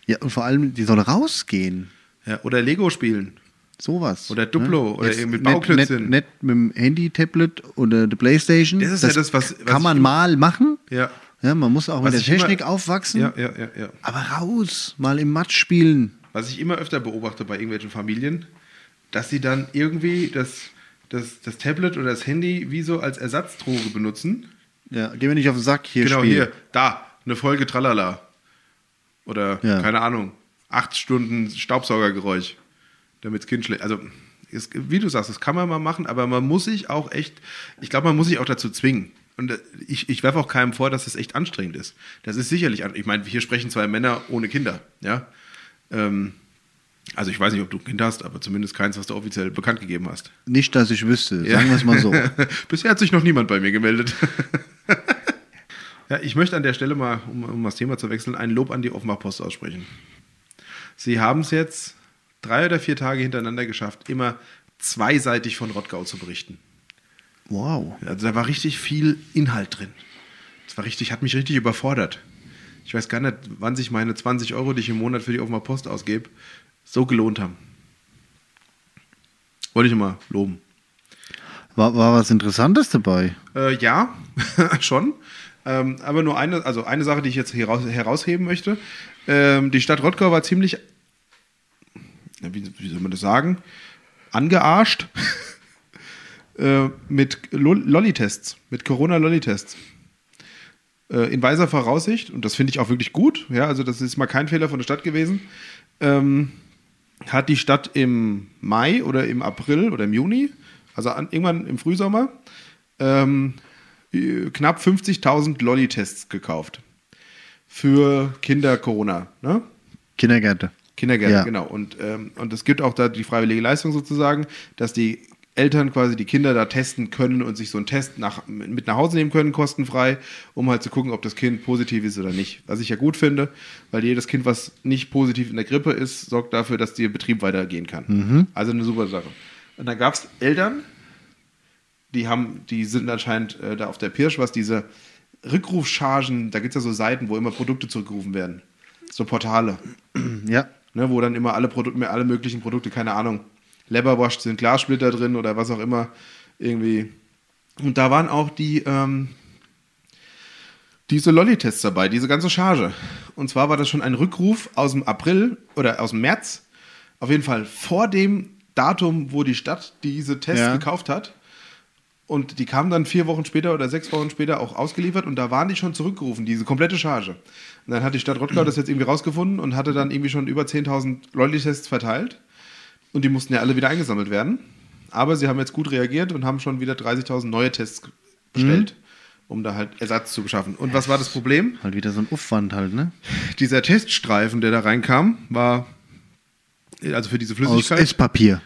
Ja, und vor allem, die soll rausgehen.
Ja, oder Lego spielen.
Sowas. ne?
Oder Duplo, oder eben mit
Bauklötzchen.
Bauklötzchen.
Nicht, nicht mit dem Handy, Tablet oder der Playstation.
Das ist ja das, was- was
kann man
ich-
mal machen.
Ja.
Ja, man muss auch mit
Was
der
ich immer-
Technik aufwachsen.
Ja, ja, ja, ja.
Aber raus, mal im Matsch spielen.
was ich immer öfter beobachte bei irgendwelchen Familien, dass sie dann irgendwie das, das, das Tablet oder das Handy wie so als Ersatzdroge benutzen.
Ja, gehen wir nicht auf den Sack hier
genau
spielen.
hier, da, eine Folge Tralala. Oder,
Ja.
keine Ahnung, acht Stunden Staubsaugergeräusch, damit das Kind schläft. Also, es, wie du sagst, das kann man mal machen, aber man muss sich auch echt, ich glaube, man muss sich auch dazu zwingen. Und äh, ich, ich werfe auch keinem vor, dass das echt anstrengend ist. Das ist sicherlich, an- ich meine, hier sprechen zwei Männer ohne Kinder, ja. Ähm, also ich weiß nicht, ob du ein Kind hast, aber zumindest keins, was du offiziell bekannt gegeben hast.
Nicht, dass ich wüsste, sagen wir es mal so.
Bisher hat sich noch niemand bei mir gemeldet. Ja, ich möchte an der Stelle mal, um, um das Thema zu wechseln, ein Lob an die Offenbach-Post aussprechen. Sie haben es jetzt drei oder vier Tage hintereinander geschafft, immer zweiseitig von Rottgau zu berichten.
Wow.
Also da war richtig viel Inhalt drin. Das war richtig, hat mich richtig überfordert. Ich weiß gar nicht, wann sich meine 20 Euro, die ich im Monat für die Offenbach Post ausgebe, so gelohnt haben. Wollte ich mal loben.
War, war was Interessantes dabei?
Äh, ja, schon. Ähm, aber nur eine, also eine Sache, die ich jetzt hier raus, herausheben möchte. Ähm, die Stadt Rottgau war ziemlich, na, wie, wie soll man das sagen, angearscht äh, mit Lo- Lolli-Tests, mit Corona-Lolli-Tests. Äh, in weiser Voraussicht, und das finde ich auch wirklich gut, ja, also das ist mal kein Fehler von der Stadt gewesen, ähm, hat die Stadt im Mai oder im April oder im Juni, also an, irgendwann im Frühsommer, ähm, äh, knapp 50.000 Lolli-Tests gekauft. Für Kinder Corona, ne?
Kindergärte.
Kindergärten,
Ja.
genau. Und, ähm, und es gibt auch da die freiwillige Leistung sozusagen, dass die Eltern quasi die Kinder da testen können und sich so einen Test nach, mit nach Hause nehmen können, kostenfrei, um halt zu gucken, ob das Kind positiv ist oder nicht. Was ich ja gut finde, weil jedes Kind, was nicht positiv in der Grippe ist, sorgt dafür, dass der Betrieb weitergehen kann. Also eine super Sache. Und dann gab es Eltern, die haben, die sind anscheinend äh, da auf der Pirsch, was diese Rückrufchargen, da gibt es ja so Seiten, wo immer Produkte zurückgerufen werden. So Portale
Ja.
ne, wo dann immer alle Produkte, alle möglichen Produkte, keine Ahnung, Leberwash sind Glassplitter drin oder was auch immer, irgendwie. Und da waren auch die, ähm, diese Lolli-Tests dabei, diese ganze Charge. Und zwar war das schon ein Rückruf aus dem April oder aus dem März, auf jeden Fall vor dem Datum, wo die Stadt diese Tests
Ja.
gekauft hat. Und die kamen dann vier Wochen später oder sechs Wochen später auch ausgeliefert und da waren die schon zurückgerufen, diese komplette Charge. Und dann hat die Stadt Rottgau das jetzt irgendwie rausgefunden und hatte dann irgendwie schon über 10.000 Lolli-Tests verteilt. Und die mussten ja alle wieder eingesammelt werden. Aber sie haben jetzt gut reagiert und haben schon wieder 30.000 neue Tests bestellt, um da halt Ersatz zu beschaffen. Und was war das Problem?
Halt wieder so ein Aufwand halt, ne?
Dieser Teststreifen, der da reinkam, war also für diese
Aus
Flüssigkeit.
Esspapier.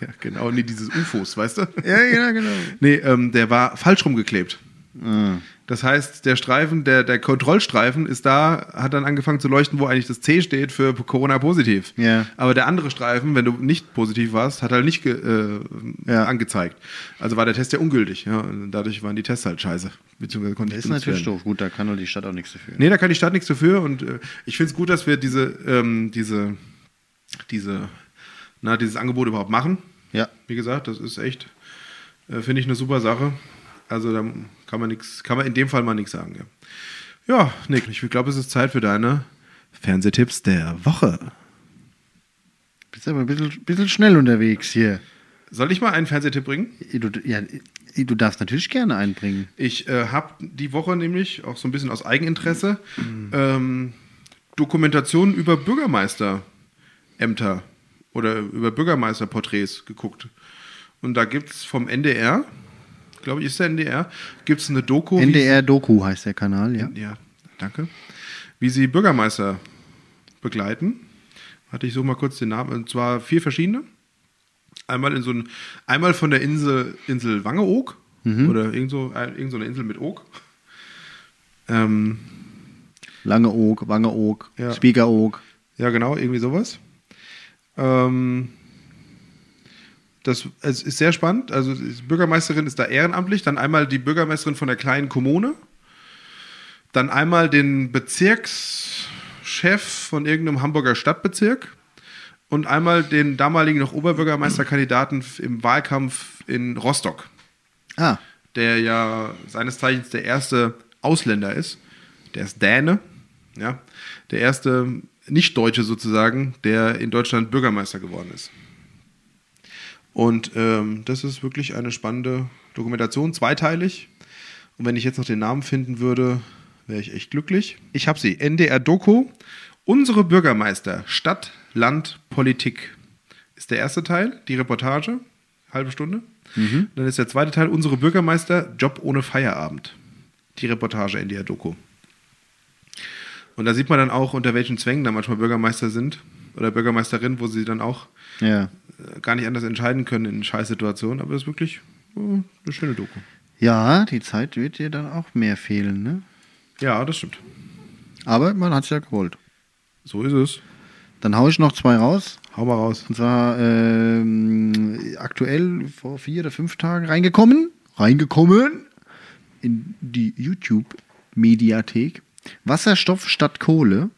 ja, genau, nee, dieses UFOs, weißt du?
Ja, ja, genau.
Nee, ähm, der war falsch rumgeklebt.
Ah.
Das heißt, der Streifen, der, der Kontrollstreifen ist da, hat dann angefangen zu leuchten, wo eigentlich das C steht für Corona positiv.
Ja.
Aber der andere Streifen, wenn du nicht positiv warst, hat halt nicht ge, äh,
Ja.
angezeigt. Also war der Test ja ungültig. Ja? Und dadurch waren die Tests halt scheiße. Beziehungsweise konnten
Das
nicht
ist
benutzt
natürlich
werden.
doof. Gut, da kann doch die Stadt auch nichts dafür. ne?
Nee, da kann die Stadt nichts dafür. Und äh, ich finde es gut, dass wir diese, ähm, diese, diese, na, dieses Angebot überhaupt machen.
Ja.
Wie gesagt, das ist echt, äh, finde ich, eine super Sache. Also da kann man nichts, kann man in dem Fall mal nichts sagen. Ja, ja Nick, ich glaube, es ist Zeit für deine Fernsehtipps der Woche.
Bist aber ein bisschen, bisschen schnell unterwegs hier.
Soll ich mal einen Fernsehtipp bringen?
Du, ja, du darfst natürlich gerne einbringen.
Ich äh, habe die Woche nämlich auch so ein bisschen aus Eigeninteresse ähm, Dokumentationen über Bürgermeisterämter oder über Bürgermeisterporträts geguckt. Und da gibt es vom NDR, glaube ich, ist der NDR, gibt es eine Doku. Oh, wie-
NDR Doku heißt der Kanal, ja.
Ja, danke. Wie Sie Bürgermeister begleiten. Hatte ich so mal kurz den Namen. Und zwar vier verschiedene. Einmal in so ein, einmal von der Insel, Insel Wangeoog oder irgend so, äh, irgend so eine Insel mit Oog. Ähm,
Lange Oog, Wange Oog,
Ja.
Spieger Oog.
ja, genau, irgendwie sowas. Ähm, das es ist sehr spannend. Also die Bürgermeisterin ist da ehrenamtlich, dann einmal die Bürgermeisterin von der kleinen Kommune, dann einmal den Bezirkschef von irgendeinem Hamburger Stadtbezirk und einmal den damaligen noch Oberbürgermeisterkandidaten f- im Wahlkampf in Rostock
Ah,
der ja seines Zeichens der erste Ausländer ist. Der ist Däne, ja. Der erste Nicht-Deutsche sozusagen, der in Deutschland Bürgermeister geworden ist. Und ähm, das ist wirklich eine spannende Dokumentation, zweiteilig. Und wenn ich jetzt noch den Namen finden würde, wäre ich echt glücklich. Ich habe sie, NDR Doku, Unsere Bürgermeister, Stadt, Land, Politik ist der erste Teil, die Reportage, halbe Stunde. Dann ist der zweite Teil, Unsere Bürgermeister, Job ohne Feierabend, die Reportage in der Doku. Und da sieht man dann auch, unter welchen Zwängen da manchmal Bürgermeister sind oder Bürgermeisterin, wo sie dann auch
ja.
äh, gar nicht anders entscheiden können in Scheißsituationen, aber es ist wirklich äh, eine schöne Doku.
Ja, die Zeit wird dir dann auch mehr fehlen, ne?
Ja, das stimmt.
Aber man hat es ja gewollt.
So ist es.
Dann haue ich noch zwei raus.
Hau mal raus.
Und zwar ähm, aktuell vor vier oder fünf Tagen reingekommen. Reingekommen in die YouTube-Mediathek. Wasserstoff statt Kohle.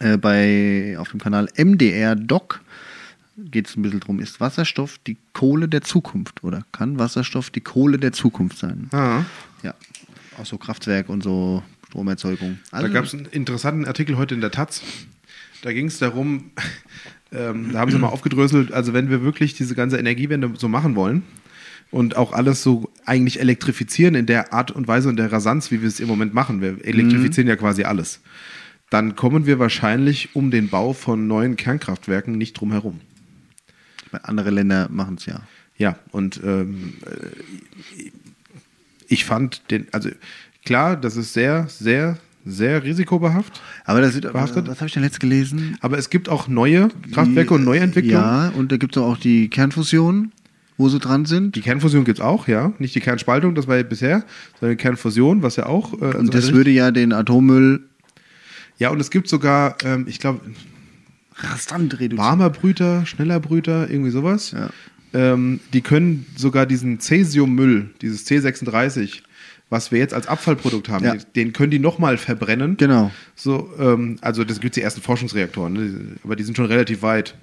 Äh, bei, auf dem Kanal MDR Doc geht es ein bisschen drum. Ist Wasserstoff die Kohle der Zukunft? Oder kann Wasserstoff die Kohle der Zukunft sein?
Ah.
Ja. Auch so Kraftwerk und so Stromerzeugung.
Da gab es einen interessanten Artikel heute in der Taz. Da ging es darum, ähm, da haben sie mal aufgedröselt, also wenn wir wirklich diese ganze Energiewende so machen wollen und auch alles so eigentlich elektrifizieren in der Art und Weise und der Rasanz, wie wir es im Moment machen, wir elektrifizieren ja quasi alles, dann kommen wir wahrscheinlich um den Bau von neuen Kernkraftwerken nicht drum herum.
Ich meine, andere Länder machen es ja.
Ja, und ähm, äh, ich fand den, also klar, das ist sehr, sehr, sehr risikobehaft.
Aber das wird,
Verhaftet?
was habe ich denn letzt gelesen?
Aber es gibt auch neue Kraftwerke und Neuentwicklungen.
äh, Ja, und da gibt es auch die Kernfusion, wo sie dran sind.
Die Kernfusion gibt es auch, ja. Nicht die Kernspaltung, das war ja bisher, sondern die Kernfusion, was ja auch. äh, also
und das
eine-
würde ja den Atommüll
ja, und es gibt sogar, ähm, ich glaube,
rasant reduzieren.
warmer Brüter, schneller Brüter, irgendwie sowas.
Ja.
Ähm, die können sogar diesen Cäsiummüll, dieses C36, was wir jetzt als Abfallprodukt haben,
Ja.
den können die nochmal verbrennen.
Genau.
So, ähm, also das gibt die ersten Forschungsreaktoren, ne? aber die sind schon relativ weit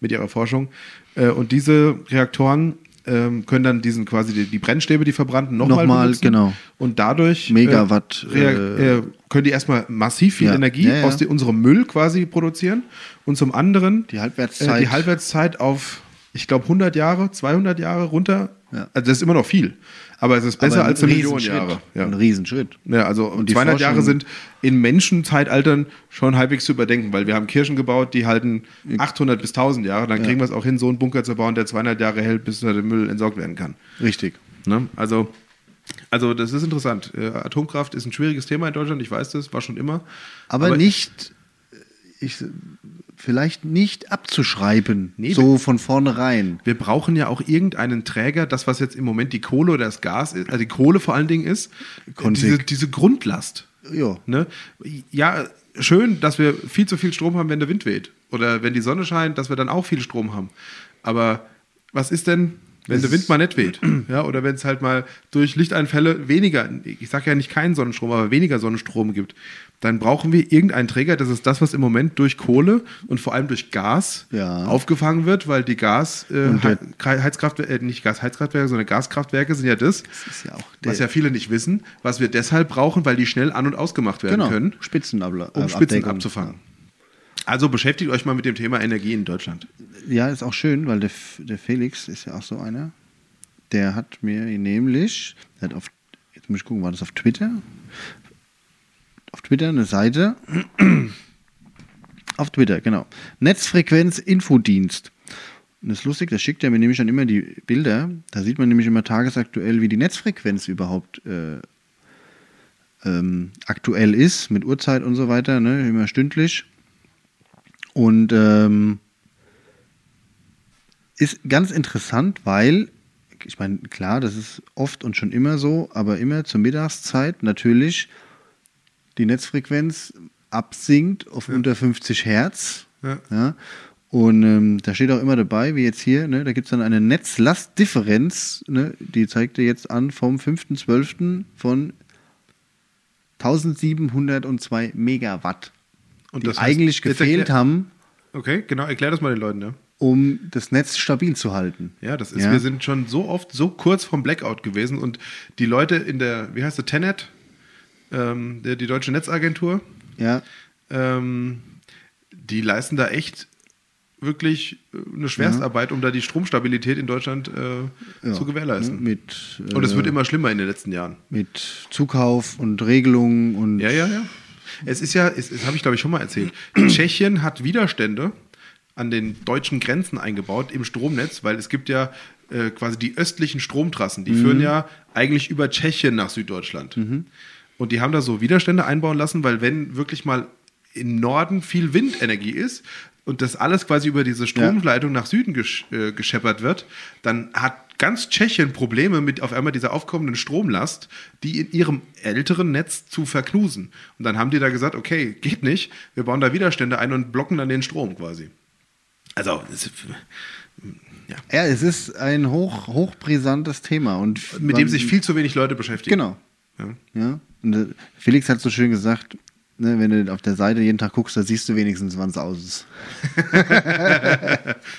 mit ihrer Forschung. Äh, und diese Reaktoren ähm, können dann diesen quasi die, die Brennstäbe, die verbrannten, nochmal
Nochmal,
benutzen.
genau.
Und dadurch
Megawatt,
äh, rea-
äh,
äh, können die erstmal massiv viel
Ja.
Energie
Ja, ja.
aus die, unserem Müll quasi produzieren. Und zum anderen
Die Halbwertszeit.
äh, die Halbwertszeit auf, ich glaube, 100 Jahre, 200 Jahre runter.
Ja.
Also das ist immer noch viel, aber es ist besser
Aber ein
als eine Million
Riesenschritt.
Jahre. Ja.
Ein Riesenschritt.
Ja, also
die
200 Jahre
Forschung-
sind in Menschenzeitaltern schon halbwegs zu überdenken, weil wir haben Kirchen gebaut, die halten 800 bis 1000 Jahre. Dann kriegen wir es auch hin, so einen Bunker zu bauen, der 200 Jahre hält, bis der Müll entsorgt werden kann.
Richtig.
Ne? Also, also das ist interessant. Äh, Atomkraft ist ein schwieriges Thema in Deutschland, ich weiß das, war schon immer.
Aber, nicht, äh, ich, vielleicht nicht abzuschreiben,
Nee,
so von vornherein.
Wir brauchen ja auch irgendeinen Träger, das was jetzt im Moment die Kohle oder das Gas ist, also die Kohle vor allen Dingen ist,
Konfig.
diese, diese Grundlast.
Ja.
Ne? Ja, schön, dass wir viel zu viel Strom haben, wenn der Wind weht. Oder wenn die Sonne scheint, dass wir dann auch viel Strom haben. Aber was ist denn, wenn der Wind mal nicht weht? Ja, oder wenn es halt mal durch Lichteinfälle weniger, ich sage ja nicht keinen Sonnenstrom, aber weniger Sonnenstrom gibt, dann brauchen wir irgendeinen Träger. Das ist das, was im Moment durch Kohle und vor allem durch Gas
Ja.
aufgefangen wird, weil die Gas, äh,
Und der-
He- Heizkraftwerke, äh, nicht Gasheizkraftwerke, sondern Gaskraftwerke sind ja das,
ist ja auch
was
der-
ja viele nicht wissen, was wir deshalb brauchen, weil die schnell an- und ausgemacht werden
Genau.
können,
Spitzenabla
um Spitzen
Abdeckung.
abzufangen. Also beschäftigt euch mal mit dem Thema Energie in Deutschland.
Ja, ist auch schön, weil der, F- der Felix ist ja auch so einer. Der hat mir nämlich, der hat auf, jetzt muss ich gucken, war das auf Twitter? Auf Twitter eine Seite. Auf Twitter, genau. Netzfrequenz Infodienst. Und das ist lustig, das schickt er mir nämlich dann immer die Bilder. Da sieht man nämlich immer tagesaktuell, wie die Netzfrequenz überhaupt äh, ähm, aktuell ist, mit Uhrzeit und so weiter, ne? immer stündlich. Und ähm, ist ganz interessant, weil, ich meine, klar, das ist oft und schon immer so, aber immer zur Mittagszeit natürlich die Netzfrequenz absinkt auf unter 50 Hertz.
Ja.
Und ähm, da steht auch immer dabei, wie jetzt hier, ne, da gibt es dann eine Netzlastdifferenz, ne, die zeigt er jetzt an vom 5.12. von 1702 Megawatt,
Und
die
das heißt-
eigentlich
jetzt
gefehlt
erklär-
haben,
Okay, genau, erklär das mal den Leuten. Ne?
um das Netz stabil zu halten.
Ja, das ist, wir sind schon so oft so kurz vom Blackout gewesen und die Leute in der, wie heißt sie, Tenet, ähm, die, die deutsche Netzagentur,
Ja,
ähm, die leisten da echt wirklich äh, eine Schwerstarbeit, um da die Stromstabilität in Deutschland äh,
ja.
zu gewährleisten.
Mit, äh,
Und es wird immer schlimmer in den letzten Jahren.
mit Zukauf und Regelungen und
Ja, ja, ja. Es ist ja, es, das habe ich glaube ich schon mal erzählt. Tschechien hat Widerstände an den deutschen Grenzen eingebaut im Stromnetz, weil es gibt ja äh, quasi die östlichen Stromtrassen, die führen ja eigentlich über Tschechien nach Süddeutschland. Und die haben da so Widerstände einbauen lassen, weil wenn wirklich mal im Norden viel Windenergie ist und das alles quasi über diese Stromleitung nach Süden gesch äh, gescheppert wird, dann hat ganz Tschechien Probleme mit auf einmal dieser aufkommenden Stromlast, die in ihrem älteren Netz zu verknusen. Und dann haben die da gesagt, okay, geht nicht, wir bauen da Widerstände ein und blocken dann den Strom quasi. Also, das, ja,
Ja, es ist ein hoch, hochbrisantes Thema. Und
mit dem sich viel zu wenig Leute beschäftigen.
Genau.
Ja.
Ja? Und äh, Felix hat so schön gesagt, ne, wenn du auf der Seite jeden Tag guckst, da siehst du wenigstens, wann es aus ist.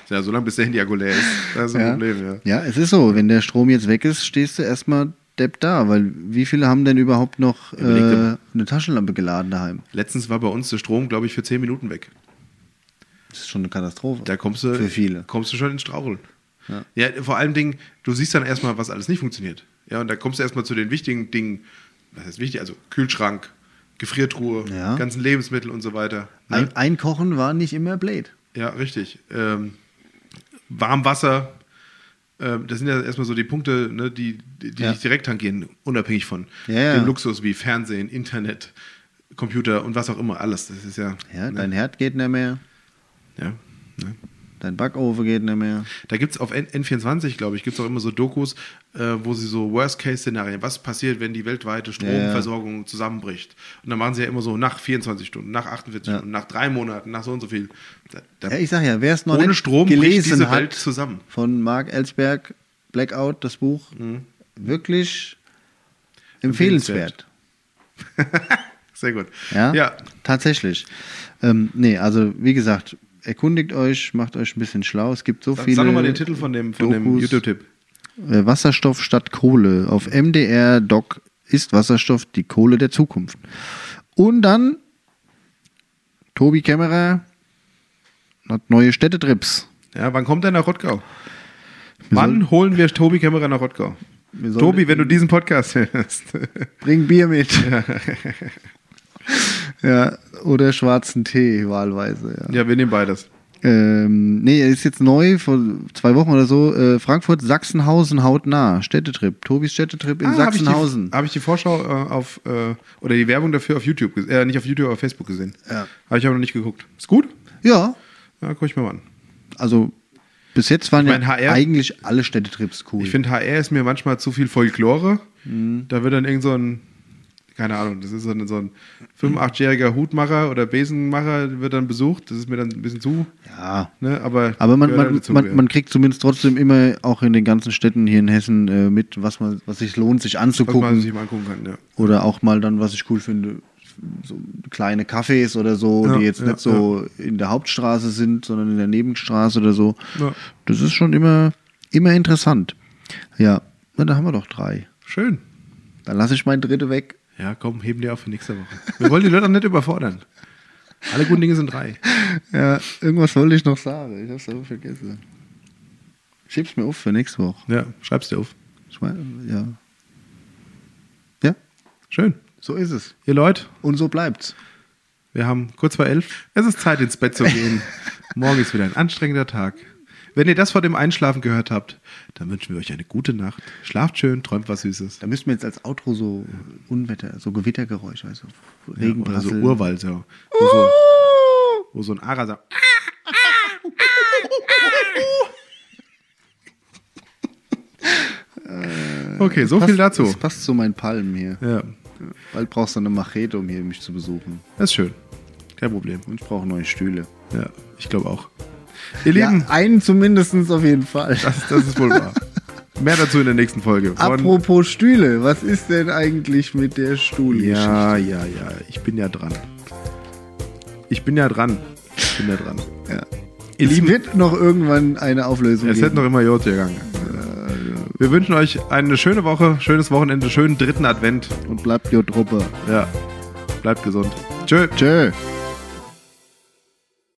Ja, solange bis der Handy leer ist. Das ist ein Problem, ja.
ja, es ist so, wenn der Strom jetzt weg ist, stehst du erstmal depp da, weil wie viele haben denn überhaupt noch äh,
Überleg dir mal.
eine Taschenlampe geladen daheim?
Letztens war bei uns der Strom, glaube ich, für 10 Minuten weg.
Das ist schon eine Katastrophe.
Da kommst du,
Für viele.
Kommst du schon ins Straucheln. Ja. vor allem Dingen, du siehst dann erstmal, was alles nicht funktioniert. Ja, und da kommst du erstmal zu den wichtigen Dingen, was heißt wichtig, also Kühlschrank, Gefriertruhe,
Ja.
ganzen Lebensmittel und so weiter. Ne?
Ein, Einkochen war nicht immer blöd.
Ja, richtig. Ähm, Warmwasser, ähm, das sind ja erstmal so die Punkte, ne, die, die, die
Ja.
dich direkt tangieren, unabhängig von
Ja, ja.
dem Luxus wie Fernsehen, Internet, Computer und was auch immer, alles. Das ist ja.
Ja,
ne,
Dein Herd geht nicht mehr,
ja ne.
dein Backofen geht nicht mehr.
Da gibt es auf N N24, glaube ich, gibt es auch immer so Dokus, äh, wo sie so Worst-Case-Szenarien, was passiert, wenn die weltweite Stromversorgung zusammenbricht. Und dann machen sie ja immer so nach 24 Stunden, nach 48
Ja.
Stunden, nach drei Monaten, nach so und so viel. Da, da,
Ja, ich sag ja, wer es noch
Ohne
nicht
Strom bricht
gelesen
diese
hat
Welt zusammen.
von Marc Ellsberg, Blackout, das Buch,
Mhm.
wirklich empfehlenswert.
sehr gut.
Ja?
ja,
tatsächlich. Ähm, nee, also wie gesagt, erkundigt euch, macht euch ein bisschen schlau. Es gibt so
Sag-
viele
Sag nochmal den Titel von dem, von dem
Dokus.
YouTube-Tipp.
äh, Wasserstoff statt Kohle. Auf MDR Doc ist Wasserstoff die Kohle der Zukunft. Und dann Tobi Kämmerer hat neue Städtetrips.
Ja, wann kommt er nach Rottgau? Wann holen wir Tobi Kämmerer nach Rottgau?
Wir sollten-
Tobi, wenn du diesen Podcast hörst.
Bring Bier mit. ja, oder schwarzen Tee wahlweise. Ja.
ja, wir nehmen beides.
Ähm, nee, er ist jetzt neu, vor zwei Wochen oder so. Äh, Frankfurt, Sachsenhausen hautnah. Städtetrip. Tobis Städtetrip in Sachsenhausen.
Habe Ah, ich die Vorschau äh, auf, äh, oder die Werbung dafür auf YouTube, ges- äh, nicht auf YouTube, auf Facebook gesehen.
Ja.
Habe ich aber noch nicht geguckt. Ist gut?
Ja,
Ja, guck ich mir mal an.
also bis jetzt waren
mein,
ja
HR
eigentlich alle Städtetrips cool. Mhm.
Ich finde, HR ist mir manchmal zu viel Folklore. Da wird dann irgend so ein, keine Ahnung, das ist so ein, so ein 85-jähriger Hutmacher oder Besenmacher wird dann besucht. Das ist mir dann ein bisschen zu.
ja.
Ne? Aber,
Aber man,
gehört
man,
halt dazu, ja.
man, man kriegt zumindest trotzdem immer auch in den ganzen Städten hier in Hessen äh, mit, was, man, was sich lohnt, sich
was man sich
anzugucken.
mal angucken kann. Ja.
Oder auch mal dann, was ich cool finde, so kleine Cafés oder so,
Ja,
die jetzt
ja,
nicht so in der Hauptstraße sind, sondern in der Nebenstraße oder so.
Ja.
Das ist schon immer, immer interessant. Ja, na, da haben wir doch drei.
Schön.
Dann lasse ich mein dritte weg.
Ja, komm, heben dir auf für nächste Woche. Wir wollen die Leute auch nicht überfordern. Alle guten Dinge sind drei.
Ja, Äh, irgendwas wollte ich noch sagen. Ich hab's aber vergessen. Schieb's mir auf für nächste Woche.
Ja, schreib's dir auf.
Ich mein, ja. Ja,
Schön.
so ist es.
Ihr Leute,
Und so bleibt's.
wir haben kurz vor elf. Es ist Zeit, ins Bett zu gehen. Morgen ist wieder ein anstrengender Tag. Wenn ihr das vor dem Einschlafen gehört habt, dann wünschen wir euch eine gute Nacht. Schlaft schön, träumt was Süßes.
Da müssten wir jetzt als Outro so Unwetter, so Gewittergeräusche, also
Ja,
Regen
oder so
prasseln. Uh!
Urwald, ja. Wo so, wo so ah, ein Ara sagt. ah, Okay, so
passt,
viel dazu.
Das passt zu meinen Palmen hier.
Ja,
Bald brauchst du eine Machete, um hier mich zu besuchen.
das ist schön. Kein Problem.
Und ich brauche neue Stühle.
Ja, ich glaube auch. Ihr Lieben,
Ja, einen zumindestens auf jeden Fall.
das, das ist wohl wahr. Mehr dazu in der nächsten Folge. von-
Apropos Stühle, was ist denn eigentlich mit der Stuhlgeschichte?
Ja, ja, ja. Ich bin ja dran. Ich bin ja dran. Ich bin ja dran.
Ja.
Ihr
Es
Lieben,
wird noch irgendwann eine Auflösung
es
geben.
hätte noch immer Jod gegangen. Wir wünschen euch eine schöne Woche, schönes Wochenende, schönen dritten Advent.
Und bleibt Jodruppe.
Ja, bleibt gesund. Tschö.
Tschö.